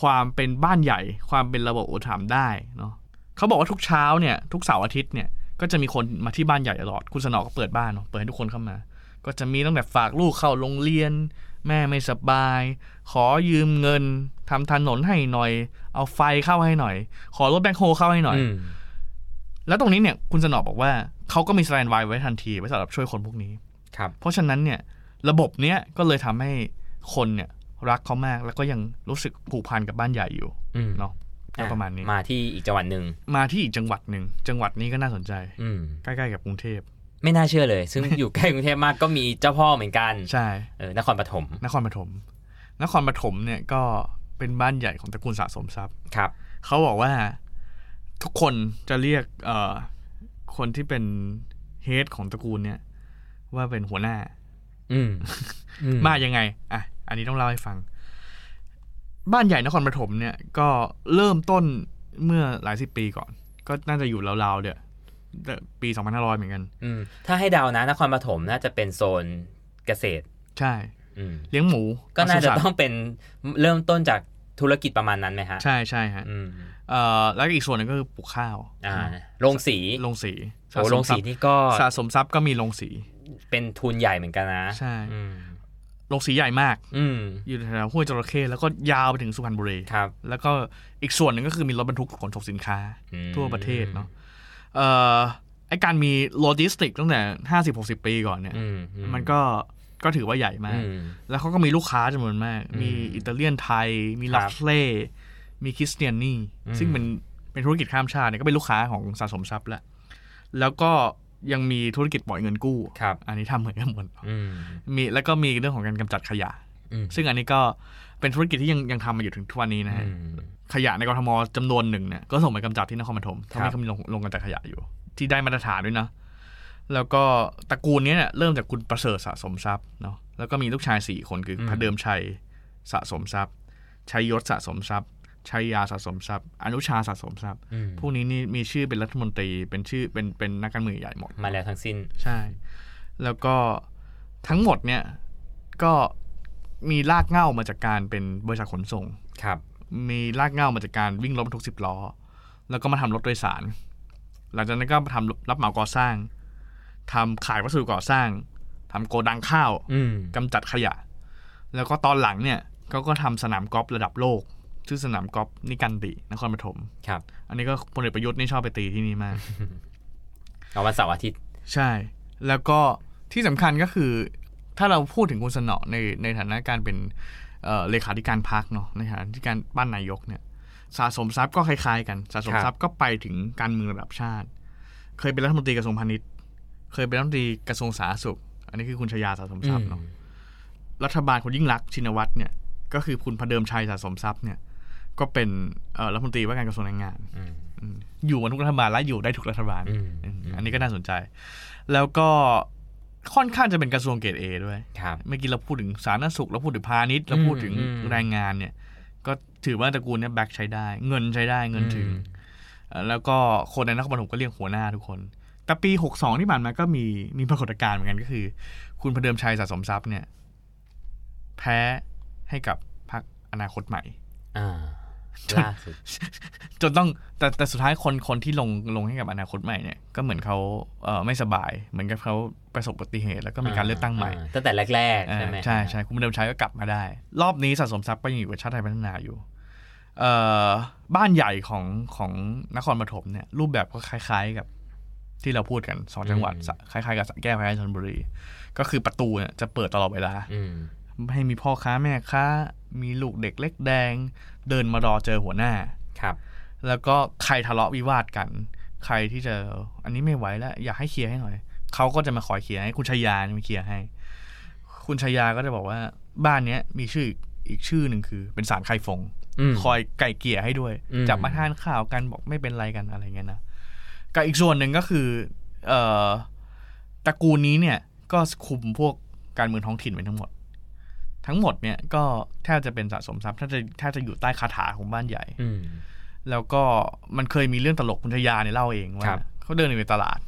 [SPEAKER 2] ความเป็นบ้านใหญ่ ความเป็นระบบอุปถัมภ์ได้เนาะเขาบอกว่าทุกเช้าเนี่ยทุกเสาร์อาทิตย์เนี่ยก็จะมีคนมาที่บ้านใหญ่ตลอดคุณสนอก็เปิดบ้านเนาะเปิดให้ทุกคนเข้ามา ก็จะมีตั้งแต่ฝากลูกเข้าโรงเรียน แม่ไม่สบาย ขอยืมเงินทำถนนให้หน่อย เอาไฟเข้าให้หน่อย ขอรถแบ็คโฮเข้าให้หน่อย
[SPEAKER 3] อืม
[SPEAKER 2] แล้วตรงนี้เนี่ยคุณสนอบอกว่าเขาก็มีสแตนด์บายไว้ทันทีไว้สำหรับช่วยคนพวกนี้
[SPEAKER 3] ครับ
[SPEAKER 2] เพราะฉะนั้นเนี่ยระบบเนี้ยก็เลยทำให้คนเนี่ยรักเขามากแล้วก็ยังรู้สึกผูกพันกับบ้านใหญ่อยู่
[SPEAKER 3] อืม
[SPEAKER 2] เนาะก็ประมาณนี้
[SPEAKER 3] มาที่อีกจังหวัดหนึ่ง
[SPEAKER 2] มาที่อีกจังหวัดหนึ่งจังหวัดนี้ก็น่าสนใจ
[SPEAKER 3] อืม
[SPEAKER 2] ใกล้ๆกับกรุงเทพ
[SPEAKER 3] ไม่น่าเชื่อเลย ซึ่งอยู่ใกล้กรุงเทพมากก็มีเจ้าพ่อเหมือนกัน
[SPEAKER 2] ใช่
[SPEAKER 3] เออนครปฐม
[SPEAKER 2] นครปฐมนครปฐมเนี่ยก็เป็นบ้านใหญ่ของตระกูลสะสมทรัพย์
[SPEAKER 3] ครับ
[SPEAKER 2] เขาบอกว่าทุกคนจะเรียกเอ่อคนที่เป็นเฮดของตระกูลเนี่ยว่าเป็นหัวหน้า
[SPEAKER 3] อืมอื
[SPEAKER 2] มายังไง อ่ะ อันนี้ต้องเล่าให้ฟัง บ้านใหญ่นครปฐมเนี่ย ก็เริ่มต้นเมื่อหลายสิบปีก่อน ก็น่าจะอยู่ราวๆเดี๋ยวปี 2500 เหมือนกัน
[SPEAKER 3] อืมถ้าให้เดานะนครปฐมน่าจะเป็นโซนเกษตร
[SPEAKER 2] ใช่
[SPEAKER 3] อืม
[SPEAKER 2] เลี้ยงหมู
[SPEAKER 3] ก็น่า
[SPEAKER 2] ปศุ
[SPEAKER 3] จะ
[SPEAKER 2] สัตว์
[SPEAKER 3] ต้องเป็นเริ่มต้นจากธุรกิจประมาณนั้นไหมฮะ
[SPEAKER 2] ใช่ใช่ฮะ
[SPEAKER 3] อืม
[SPEAKER 2] เอ่อแล้วก็อีกส่วนหนึงก็คือปลูกข้าว
[SPEAKER 3] อ่าโรงสี
[SPEAKER 2] ลงสี
[SPEAKER 3] โอ้โรงสีนี่ก็
[SPEAKER 2] สะสมทรัพย์ก็มีลงสี
[SPEAKER 3] เป็นทุนใหญ่เหมือนกันนะ
[SPEAKER 2] ใช่
[SPEAKER 3] อืม
[SPEAKER 2] ลงสีใหญ่มาก
[SPEAKER 3] อืม
[SPEAKER 2] อยู่แถวห้วยจระเข้แล้วก็ยาวไปถึงสุพรรณบุรี
[SPEAKER 3] ครับ
[SPEAKER 2] แล้วก็อีกส่วนหนึ่งก็คือมีรถบรรทุกขนส่งสินค้า
[SPEAKER 3] อืม
[SPEAKER 2] ทั่วประเทศเนาะ เอ่อไอการมีโลจิสติกตั้งแต่ห้าสิบหกสิบปีก่อนเนี่ย
[SPEAKER 3] อือื
[SPEAKER 2] มันก็ก็ถือว่าใหญ่มาก
[SPEAKER 3] อืม
[SPEAKER 2] แล้วเขาก็มีลูกค้าจำนวนมาก มีอิตาเลียนไทย มี
[SPEAKER 3] ครับ
[SPEAKER 2] ลัฟเล่มีคริสเตียนนี่
[SPEAKER 3] อืม
[SPEAKER 2] ซึ่งเป็นเป็นธุรกิจข้ามชาติเนี่ยก็เป็นลูกค้าของสะสมทรัพย์แหละ แล้วก็ยังมีธุรกิจปล่อยเงินกู้
[SPEAKER 3] ครับ
[SPEAKER 2] อันนี้ทำเหมือนกันหมด
[SPEAKER 3] อืม
[SPEAKER 2] มีแล้วก็มีเรื่องของการกำจัดขยะ
[SPEAKER 3] อืม
[SPEAKER 2] ซึ่งอันนี้ก็เป็นธุรกิจที่ยังยังทำมาอยู่ถึงทุกวันนี้นะฮะ
[SPEAKER 3] อืม
[SPEAKER 2] ขยะในกรทมจำนวนหนึ่งเนี่ยก็ส่งไปกำจัดที่นครปฐม
[SPEAKER 3] ครับ
[SPEAKER 2] ทำให้เขามีโรงโรงกำจัดขยะอยู่ ที่ได้มาตรฐานด้วยนะ แล้วก็ตระกูลเนี้ยเนี่ยเริ่มจากคุณประเสริฐสะสมทรัพย์เนาะแล้วก็มีลูกชายสี่คนคืออพระเดิมชัยสะสมทรัพย์ชัยยศสะสมทรัพย์ชัยยาสะสมทรัพย์ อนุชาสะสมทรัพย์
[SPEAKER 3] อืม
[SPEAKER 2] พวกนี้นี่มีชื่อเป็นรัฐมนตรีเป็นชื่อเป็นเป็นนักการเมืองใหญ่หมด
[SPEAKER 3] มาแล้วทั้งสิ้น
[SPEAKER 2] ใช่ แล้วก็ทั้งหมดเนี่ยก็มีรากเหง้ามาจากการเป็นบริษัทขนส่ง
[SPEAKER 3] ครับ
[SPEAKER 2] มีรากเหง้ามาจากการวิ่งรถบรรทุกสิบล้อ แล้วก็มาทำรถโดยสาร หลังจากนั้นก็มาทำรับเหมาก่อสร้างทำขายวัสดุก่อสร้างทำโกดังข้าว
[SPEAKER 3] อืม
[SPEAKER 2] กำจัดขยะ แล้วก็ตอนหลังเนี่ยเขาก็ทำสนามกอล์ฟระดับโลก ชื่อสนามกอล์ฟนิกันตินครปฐม
[SPEAKER 3] ครับ
[SPEAKER 2] อันนี้ก็พลเอกประยุทธ์นี่ชอบไปตีที่นี่มาก
[SPEAKER 3] เอาวันเสาร์อาทิตย์
[SPEAKER 2] ใช่ แล้วก็ที่สำคัญก็คือ ถ้าเราพูดถึงคุณสนอในในฐานะการเป็นเอ่อเลขาธิการพักเนาะในฐานะที่การบ้านนายกเนี่ย สะสมทรัพย์ก็คล้ายๆกัน สะสม
[SPEAKER 3] ครับ
[SPEAKER 2] ทรัพย์ก็ไปถึงการเมืองระดับชาติ เคยเป็นรัฐมนตรีกระทรวงพาณิชย์ เคยเป็นรัฐมนตรีกระทรวงสาธารณสุข อันนี้คือคุณชยาสะสมทรัพย์เนาะ รัฐบาลคุณยิ่งรักษณ์ชินวัตรเนี่ย ก็คือคุณพระเดิมชัยสะสมทรัพย์เนี่ย ก็เป็นเอ่อรัฐมนตรีว่าการกระทรวงแรงงาน
[SPEAKER 3] อืม
[SPEAKER 2] อืมอยู่มาทุกรัฐบาลและอยู่ได้ทุกรัฐบาล
[SPEAKER 3] อืม
[SPEAKER 2] อืมอันนี้ก็น่าสนใจ แล้วก็ค่อนข้างจะเป็นกระทรวงเกรดเอด้วย
[SPEAKER 3] ครับ
[SPEAKER 2] เมื่อกี้เราพูดถึงสาธารณสุขเราพูดถึงพาณิชย์เราพูดถึง
[SPEAKER 3] อืม
[SPEAKER 2] แรงงานเนี่ย ก็ถือว่าตระกูลเนี่ยแบ็คใช้ได้ เงินใช้ได้เงินถึง
[SPEAKER 3] อืม
[SPEAKER 2] เอ่อแล้วก็คนในนครปฐมก็เรียกหัวหน้าทุกคน แต่ปี 62 ที่ผ่านมาก็มีมีปรากฏการณ์เหมือนกันก็คือ คุณพระเดิมชัยสะสมทรัพย์เนี่ย แพ้ให้กับพรรคอนาคตใหม่
[SPEAKER 3] อ่าล่าสุด
[SPEAKER 2] จนต้องแต่แต่สุดท้ายคนคนที่ลงลงให้กับอนาคตใหม่เนี่ยก็เหมือนเขาเอ่อไม่สบาย เหมือนกับเขาประสบอุบัติเหตุแล้วก็มีการเลือกตั้งใหม่
[SPEAKER 3] าตั้งแต่แรกๆ ใช่ไหม
[SPEAKER 2] เออใช่ใช่คุณเดิมชัยก็กลับมาได้ รอบนี้สะสมทรัพย์ก็ยังอยู่กับชาติไทยพัฒนาอยู่เอ่อบ้านใหญ่ของของนครปฐมเนี่ยรูปแบบก็คล้าย ๆกับที่เราพูดกันสองจังหวัดสะคล้ายๆกับสระแก้วคล้ายๆชนบุรี ก็คือประตูเนี่ยจะเปิดตลอดเวลา
[SPEAKER 3] อืม
[SPEAKER 2] ให้มีพ่อค้าแม่ค้ามีลูกเด็กเล็กแดง เดินมารอเจอหัวหน้า
[SPEAKER 3] ครับ
[SPEAKER 2] แล้วก็ใครทะเลาะวิวาทกัน ใครที่จะอันนี้ไม่ไหวแล้ว อยากให้เคลียร์ให้หน่อยเขาก็จะมาขอเคลียร์ให้คุณชายาเนี่ยมาเคลียร์ให้ คุณชายาก็จะบอกว่าบ้านเนี้ยมีชื่ออีกชื่อหนึ่งคือ เป็นสารไข่ฟง
[SPEAKER 3] อืม
[SPEAKER 2] คอยไก่เกลี่ยให้ด้วย
[SPEAKER 3] อืม
[SPEAKER 2] จับมาทานข้าวกันบอกไม่เป็นไรกันอะไรเงี้ยนะกับอีกส่วนหนึ่งก็คือเอ่อตระกูลนี้เนี่ยก็คุมพวกการเมืองท้องถิ่นไว้ทั้งหมด ทั้งหมดเนี่ยก็แทบจะเป็นสะสมทรัพย์ถ้าจะถ้าจะอยู่ใต้คาถาของบ้านใหญ่
[SPEAKER 3] อืม
[SPEAKER 2] แล้วก็มันเคยมีเรื่องตลกคุณชยาเนี่ยเล่าเอง
[SPEAKER 3] ครั
[SPEAKER 2] ว่า
[SPEAKER 3] บ
[SPEAKER 2] เขาเดินอยู่ในตลาด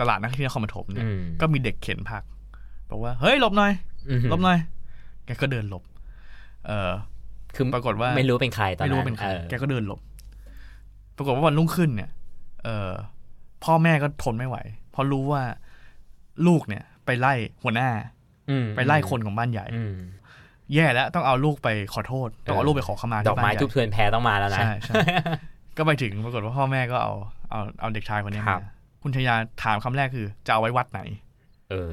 [SPEAKER 2] ตลาดนักที่นครปฐมเนี่ย
[SPEAKER 3] อืม
[SPEAKER 2] ก็มีเด็กเข็นผักบอกว่าเฮ้ยหลบหน่อยหลบหน่อยแกก็เดินหลบ เออ
[SPEAKER 3] คือ
[SPEAKER 2] ปรากฏว่า
[SPEAKER 3] ไม่รู้เป็นใครตอน
[SPEAKER 2] ไม่
[SPEAKER 3] นั้น
[SPEAKER 2] รู้ว่าเป็นใคร
[SPEAKER 3] ออ
[SPEAKER 2] แกก็เดินหลบ ปรากฏว่าวันรุ่งขึ้นเนี่ย เออพ่อแม่ก็ทนไม่ไหวเพราะรู้ว่าลูกเนี่ย ไปไล่หัวหน้า
[SPEAKER 3] อืม
[SPEAKER 2] ไปไล่คนของบ้านใหญ่
[SPEAKER 3] อืม
[SPEAKER 2] แย่แล้วต้องเอาลูกไปขอโทษ ต้องเอา
[SPEAKER 3] เออ
[SPEAKER 2] ลูกไปขอขมา
[SPEAKER 3] ดอก
[SPEAKER 2] ที่
[SPEAKER 3] ไม้
[SPEAKER 2] บ้านใหญ่
[SPEAKER 3] ทุบเทือนแพ้ต้องมาแล้วนะ
[SPEAKER 2] ใช่ใช่ ก็ไปถึงปรากฏว่าพ่อแม่ก็เอาเอาเอาเด็กชายคนนี้
[SPEAKER 3] ครั
[SPEAKER 2] มา
[SPEAKER 3] บ
[SPEAKER 2] คุณชายาถามคำแรกคือจะเอาไว้วัดไหน
[SPEAKER 3] เออ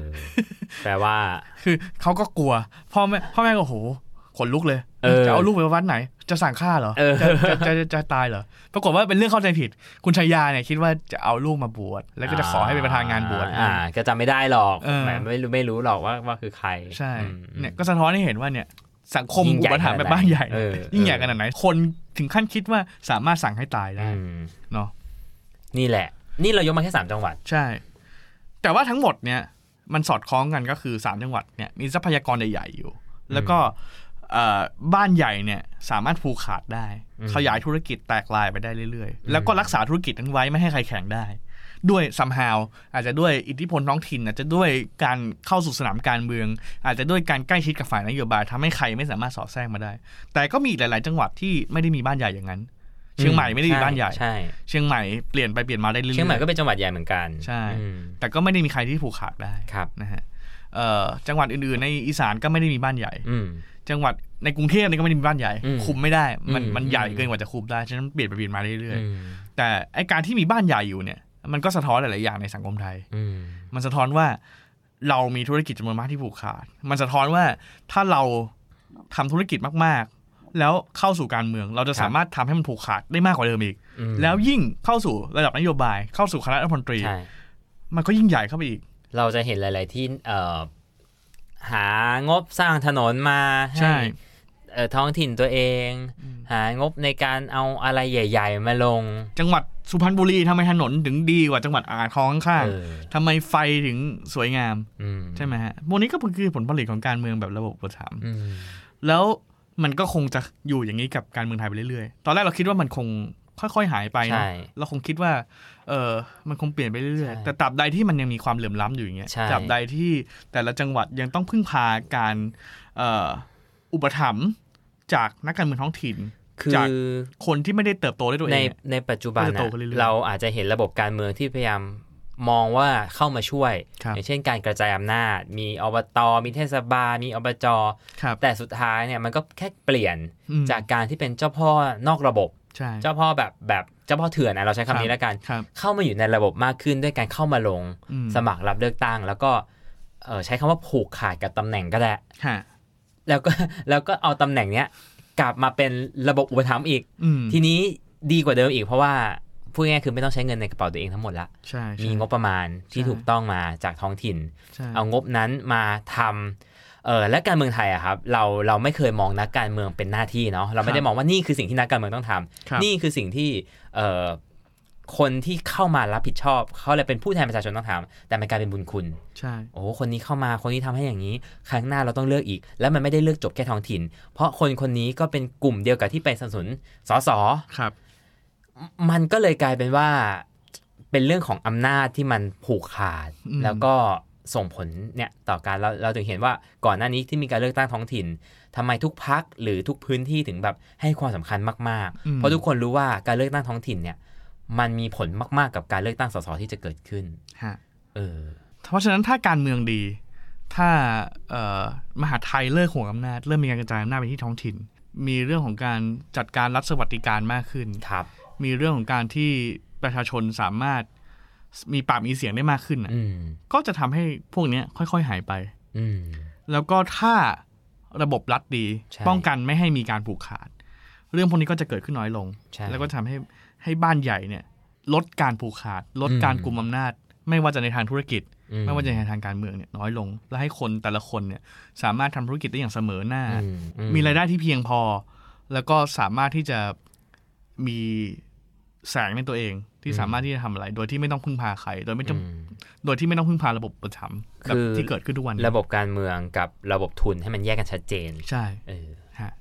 [SPEAKER 3] แปลว่า
[SPEAKER 2] คือเขาก็กลัว พ่อแม่พ่อแม่ก็โหขนลุกเลย
[SPEAKER 3] เออ
[SPEAKER 2] จะเอาลูกไปวัดไหน จะสั่งฆ่าเหรอ
[SPEAKER 3] เออ
[SPEAKER 2] จะจะจะจะจะตายเหรอปรากฏว่าเป็นเรื่องเข้าใจผิด คุณชายาเนี่ยคิดว่าจะเอาลูกมาบวชแล้วก็จะขอให้เป็นประธานงานบวช
[SPEAKER 3] อ่า ก็จำไม่ได้หรอก
[SPEAKER 2] เออ
[SPEAKER 3] แหมไม่รู้ไม่รู้หรอกว่าว่าคือใคร
[SPEAKER 2] ใช่
[SPEAKER 3] อืม
[SPEAKER 2] เนี่ยก็สะท้อนให้เห็นว่าเนี่ย สังคม
[SPEAKER 3] ยิ่ง
[SPEAKER 2] อุ
[SPEAKER 3] ใหญ่
[SPEAKER 2] ปถัมภ์แบบบ้านใหญ่เนี่ย
[SPEAKER 3] เออ
[SPEAKER 2] ยิ่งใหญ่ขนาดไหนคนถึงขั้นคิดว่าสามารถสั่งให้ตายได้
[SPEAKER 3] อืม
[SPEAKER 2] เนาะ
[SPEAKER 3] นี่แหละ นี่เรายกมาแค่สามจังหวัด
[SPEAKER 2] ใช่ แต่ว่าทั้งหมดเนี่ย มันสอดคล้องกันก็คือ 3 จังหวัดเนี่ยมีทรัพยากรใหญ่ๆอยู่ แล้วก็เอ่อบ้านใหญ่เนี่ยสามารถผูกขาดได้
[SPEAKER 3] อืม
[SPEAKER 2] ขยายธุรกิจแตกลายไปได้เรื่อยๆ แล้วก็รักษาธุรกิจนั้นไว้ไม่ให้ใครแข่งได้ ด้วยซัมฮาวอาจจะด้วยอิทธิพลท้องถิ่น อาจจะด้วยการเข้าสู่สนามการเมือง อาจจะด้วยการใกล้ชิดกับฝ่ายนโยบายทำให้ใครไม่สามารถสอดแทรกมาได้ แต่ก็มีอีกหลาย ๆ จังหวัดที่ไม่ได้มีบ้านใหญ่อย่างนั้น เชียงใหม่ไม่ได้มีบ้านใหญ่
[SPEAKER 3] ใช่
[SPEAKER 2] เชียงใหม่เปลี่ยนไปเปลี่ยนมาได้เรื่อยๆ
[SPEAKER 3] เชียงใหม่ก็เป็นจังหวัดใหญ่เหมือนกัน
[SPEAKER 2] ใช่
[SPEAKER 3] อืม
[SPEAKER 2] แต่ก็ไม่ได้มีใครที่ผูกขาดได้
[SPEAKER 3] ครับ
[SPEAKER 2] นะฮะเอ่อจังหวัดอื่นๆ ในอีสานก็ไม่ได้มีบ้านใหญ่
[SPEAKER 3] อืม
[SPEAKER 2] จังหวัดในกรุงเทพนี่ก็ไม่ได้มีบ้านใหญ่
[SPEAKER 3] อืม
[SPEAKER 2] คุมไม่ได้ มัน
[SPEAKER 3] อืม
[SPEAKER 2] มันใหญ่
[SPEAKER 3] อืม
[SPEAKER 2] เกินกว่าจะคุมได้ ฉะนั้นเปลี่ยนไปเปลี่ยนมาเรื่อย
[SPEAKER 3] อืม
[SPEAKER 2] ๆ แต่ไอการที่มีบ้านใหญ่อยู่เนี่ย มันก็สะท้อนหลายๆอย่างในสังคมไทย
[SPEAKER 3] อืม
[SPEAKER 2] มันสะท้อนว่าเรามีธุรกิจจำนวนมากที่ผูกขาด มันสะท้อนว่าถ้าเราทำธุรกิจมากๆ แล้วเข้าสู่การเมือง เราจะ
[SPEAKER 3] ครับ
[SPEAKER 2] สามารถทำให้มันผูกขาดได้มากกว่าเดิมอีก
[SPEAKER 3] อืม
[SPEAKER 2] แล้วยิ่งเข้าสู่ระดับนโยบาย เข้าสู่คณะรัฐมนตรี
[SPEAKER 3] ใช่
[SPEAKER 2] มันก็ยิ่งใหญ่เข้าไปอีก
[SPEAKER 3] เราจะเห็นหลาย ๆ ที่เอ่อหางบสร้างถนนมา
[SPEAKER 2] ใช่
[SPEAKER 3] ให้เอ่อท้องถิ่นตัวเอง หางบในการเอาอะไรใหญ่ ๆ มาลง
[SPEAKER 2] จังหวัดสุพรรณบุรีทำไมถนนถึงดีกว่าจังหวัดอ่างทองข้าง
[SPEAKER 3] เออ
[SPEAKER 2] ๆทำไมไฟถึงสวยงาม
[SPEAKER 3] อืม
[SPEAKER 2] ใช่ไหมฮะพวกนี้ก็คือผลผลิตของการเมืองแบบระบบอุประถามภ์
[SPEAKER 3] อืม
[SPEAKER 2] แล้วมันก็คงจะอยู่อย่างนี้กับการเมืองไทยไปเรื่อยๆ ตอนแรกเราคิดว่ามันคงค่อยๆหายไปเน
[SPEAKER 3] ใช่
[SPEAKER 2] อะเราคงคิดว่า เออมันคงเปลี่ยนไปเรื่อย
[SPEAKER 3] ใช่
[SPEAKER 2] ๆ แต่ตราบใดที่มันยังมีความเหลื่อมล้ำอยู่อย่างเงี้ย
[SPEAKER 3] ใช่
[SPEAKER 2] ตราบใดที่แต่ละจังหวัดยังต้องพึ่งพาการเอ่ออุปถัมภ์จากนักการเมืองท้องถิ่น
[SPEAKER 3] คื
[SPEAKER 2] จาก
[SPEAKER 3] อ
[SPEAKER 2] คนที่ไม่ได้เติบโตด้วยตัวเอ
[SPEAKER 3] ใน
[SPEAKER 2] ง
[SPEAKER 3] ในปัจจุบัน
[SPEAKER 2] ก็จะโต
[SPEAKER 3] อะ
[SPEAKER 2] ขึ้นเรื่อยๆ
[SPEAKER 3] เราอาจจะเห็นระบบการเมืองที่พยายามมองว่าเข้ามาช่วย
[SPEAKER 2] ครับ
[SPEAKER 3] อย่างเช่นการกระจายอำนาจ มีอบต มีเทศบาลมีอบจ
[SPEAKER 2] ครับ
[SPEAKER 3] แต่สุดท้ายเนี่ยมันก็แค่เปลี่ยน
[SPEAKER 2] อืม
[SPEAKER 3] จากการที่เป็นเจ้าพ่อนอกระบบ
[SPEAKER 2] ใช่
[SPEAKER 3] เจ้าพ่อแบบแบบเจ้าพ่อเถื่อนอะเราใช้คำนี้แล้วกัน
[SPEAKER 2] ครับ
[SPEAKER 3] เข้ามาอยู่ในระบบมากขึ้นด้วยการเข้ามาลง
[SPEAKER 2] อืม
[SPEAKER 3] สมัครรับเลือกตั้ง แล้วก็เอ่อใช้คำว่าผูกขาดกับตำแหน่งก็ได้
[SPEAKER 2] ฮะ
[SPEAKER 3] แล้วก็ แล้วก็เอาตำแหน่งเนี้ยกลับมาเป็นระบบอุปถัมภ์อีก
[SPEAKER 2] อืม
[SPEAKER 3] ทีนี้ดีกว่าเดิมอีกเพราะว่าพูดง่ายๆคือไม่ต้องใช้เงินในกระเป๋าตัวเองทั้งหมดละ
[SPEAKER 2] ใช่ใช่
[SPEAKER 3] มีงบประมาณที่
[SPEAKER 2] ใช่
[SPEAKER 3] ถูกต้องมาจากท้องถิ่น
[SPEAKER 2] ใช่
[SPEAKER 3] เอางบนั้นมาทำเออและการเมืองไทยอะครับเราเราไม่เคยมองนักการเมืองเป็นหน้าที่เนาะเราไม่ได้มองว่านี่คือสิ่งที่นักการเมืองต้องทำ
[SPEAKER 2] ครับ
[SPEAKER 3] นี่คือสิ่งที่เออคนที่เข้ามารับผิดชอบ เขาเลยเป็นผู้แทนประชาชนต้องทำแต่มันกลายเป็นบุญคุณ
[SPEAKER 2] ใช่
[SPEAKER 3] โอ้โหคนนี้เข้ามาคนนี้ทำให้อย่างนี้ ครั้งหน้าเราต้องเลือกอีก และมันไม่ได้เลือกจบแค่ท้องถิ่น เพราะคนคนนี้ก็เป็นกลุ่มเดียวกับที่ไปสนับสนุนสส
[SPEAKER 2] ครับ
[SPEAKER 3] มันก็เลยกลายเป็นว่าเป็นเรื่องของอำนาจที่มันผูกขาด
[SPEAKER 2] อืม
[SPEAKER 3] แล้วก็ส่งผลเนี่ยต่อการเราเราถึงเห็นว่าก่อนหน้านี้ที่มีการเลือกตั้งท้องถิ่นทำไมทุกพักหรือทุกพื้นที่ถึงแบบให้ความสำคัญมากๆ เพราะทุกคนรู้ว่าการเลือกตั้งท้องถิ่นเนี่ย มันมีผลมากๆกับการเลือกตั้งสสที่จะเกิดขึ้น
[SPEAKER 2] ฮะ
[SPEAKER 3] เออ
[SPEAKER 2] เพราะฉะนั้นถ้าการเมืองดี ถ้าเอ่อมหาดไทยเลิกห่วงอำนาจ เริ่มมีการกระจายอำนาจไปที่ท้องถิ่น มีเรื่องของการจัดการรัฐสวัสดิการมากขึ้น
[SPEAKER 3] ครับ
[SPEAKER 2] มีเรื่องของการที่ประชาชนสามารถมีปากมีเสียงได้มากขึ้นน่ะ
[SPEAKER 3] อืม
[SPEAKER 2] ก็จะทำให้พวกเนี้ยค่อยๆ หายไป
[SPEAKER 3] อืม
[SPEAKER 2] แล้วก็ถ้าระบบรัฐดี
[SPEAKER 3] ใช่
[SPEAKER 2] ป้องกันไม่ให้มีการผูกขาด เรื่องพวกนี้ก็จะเกิดขึ้นน้อยลง
[SPEAKER 3] ใช่
[SPEAKER 2] แล้วก็ทำให้ให้บ้านใหญ่เนี่ย ลดการผูกขาด ลดการ
[SPEAKER 3] อืม
[SPEAKER 2] กลุ่มอำนาจ ไม่ว่าจะในทางธุรกิจ
[SPEAKER 3] อื
[SPEAKER 2] ไม่ว่าจะในทางการเมืองเนี่ยน้อยลง และให้คนแต่ละคนเนี่ยสามารถทำธุรกิจได้อย่างเสมอหน้า
[SPEAKER 3] อือื
[SPEAKER 2] มีรายได้ที่เพียงพอ แล้วก็สามารถที่จะมีแสงในตัวเองที่สามารถที่จะทำอะไร โดยที่ไม่ต้องพึ่งพาใครโดยไม่จำ
[SPEAKER 3] อืม
[SPEAKER 2] โดยที่ไม่ต้องพึ่งพาระบบประถมภ์แบบ
[SPEAKER 3] คือ
[SPEAKER 2] ที่เกิดขึ้นทุกวันนี้
[SPEAKER 3] ระบบการเมืองกับระบบทุนให้มันแยกกันชัดเจน
[SPEAKER 2] ใช่
[SPEAKER 3] เออ
[SPEAKER 2] ฮะ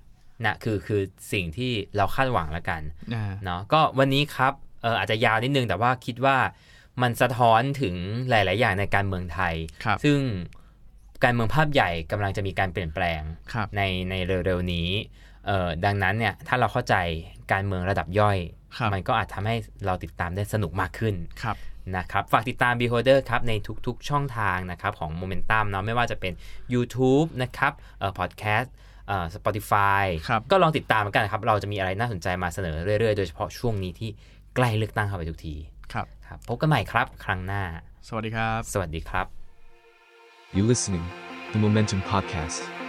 [SPEAKER 3] นะคือคือสิ่งที่เราคาดหวังละกัน
[SPEAKER 2] อ่า
[SPEAKER 3] เนาะก็วันนี้ครับเอออาจจะยาวนิดนึงแต่ว่าคิดว่ามันสะท้อนถึงหลาย ๆ อย่างในการเมืองไทย
[SPEAKER 2] ครับ
[SPEAKER 3] ซึ่งการเมืองภาพใหญ่กำลังจะมีการเปลี่ยนแปลง
[SPEAKER 2] ครับ
[SPEAKER 3] ในในเร็ว ๆ นี้เออดังนั้นเนี่ยถ้าเราเข้าใจการเมืองระดับย่อย
[SPEAKER 2] ครับ
[SPEAKER 3] มันก็อาจทำให้เราติดตามได้สนุกมากขึ้น
[SPEAKER 2] ครับ
[SPEAKER 3] นะครับฝากติดตาม Beholder ครับ ในทุกๆช่องทางนะครับของ Momentum เนาะไม่ว่าจะเป็น YouTube นะครับเอ่อ podcast เอ่อ Spotify
[SPEAKER 2] ครับ
[SPEAKER 3] ก็ลองติดตามกันนะครับ เราจะมีอะไรน่าสนใจมาเสนอเรื่อยๆ โดยเฉพาะช่วงนี้ที่ใกล้เลือกตั้งเข้าไปทุกที
[SPEAKER 2] ครับ
[SPEAKER 3] ครับพบกันใหม่ครับ ครั้งหน้า
[SPEAKER 2] สวัสดีครับ
[SPEAKER 3] สวัสดีครับ
[SPEAKER 1] You listening, the Momentum Podcast.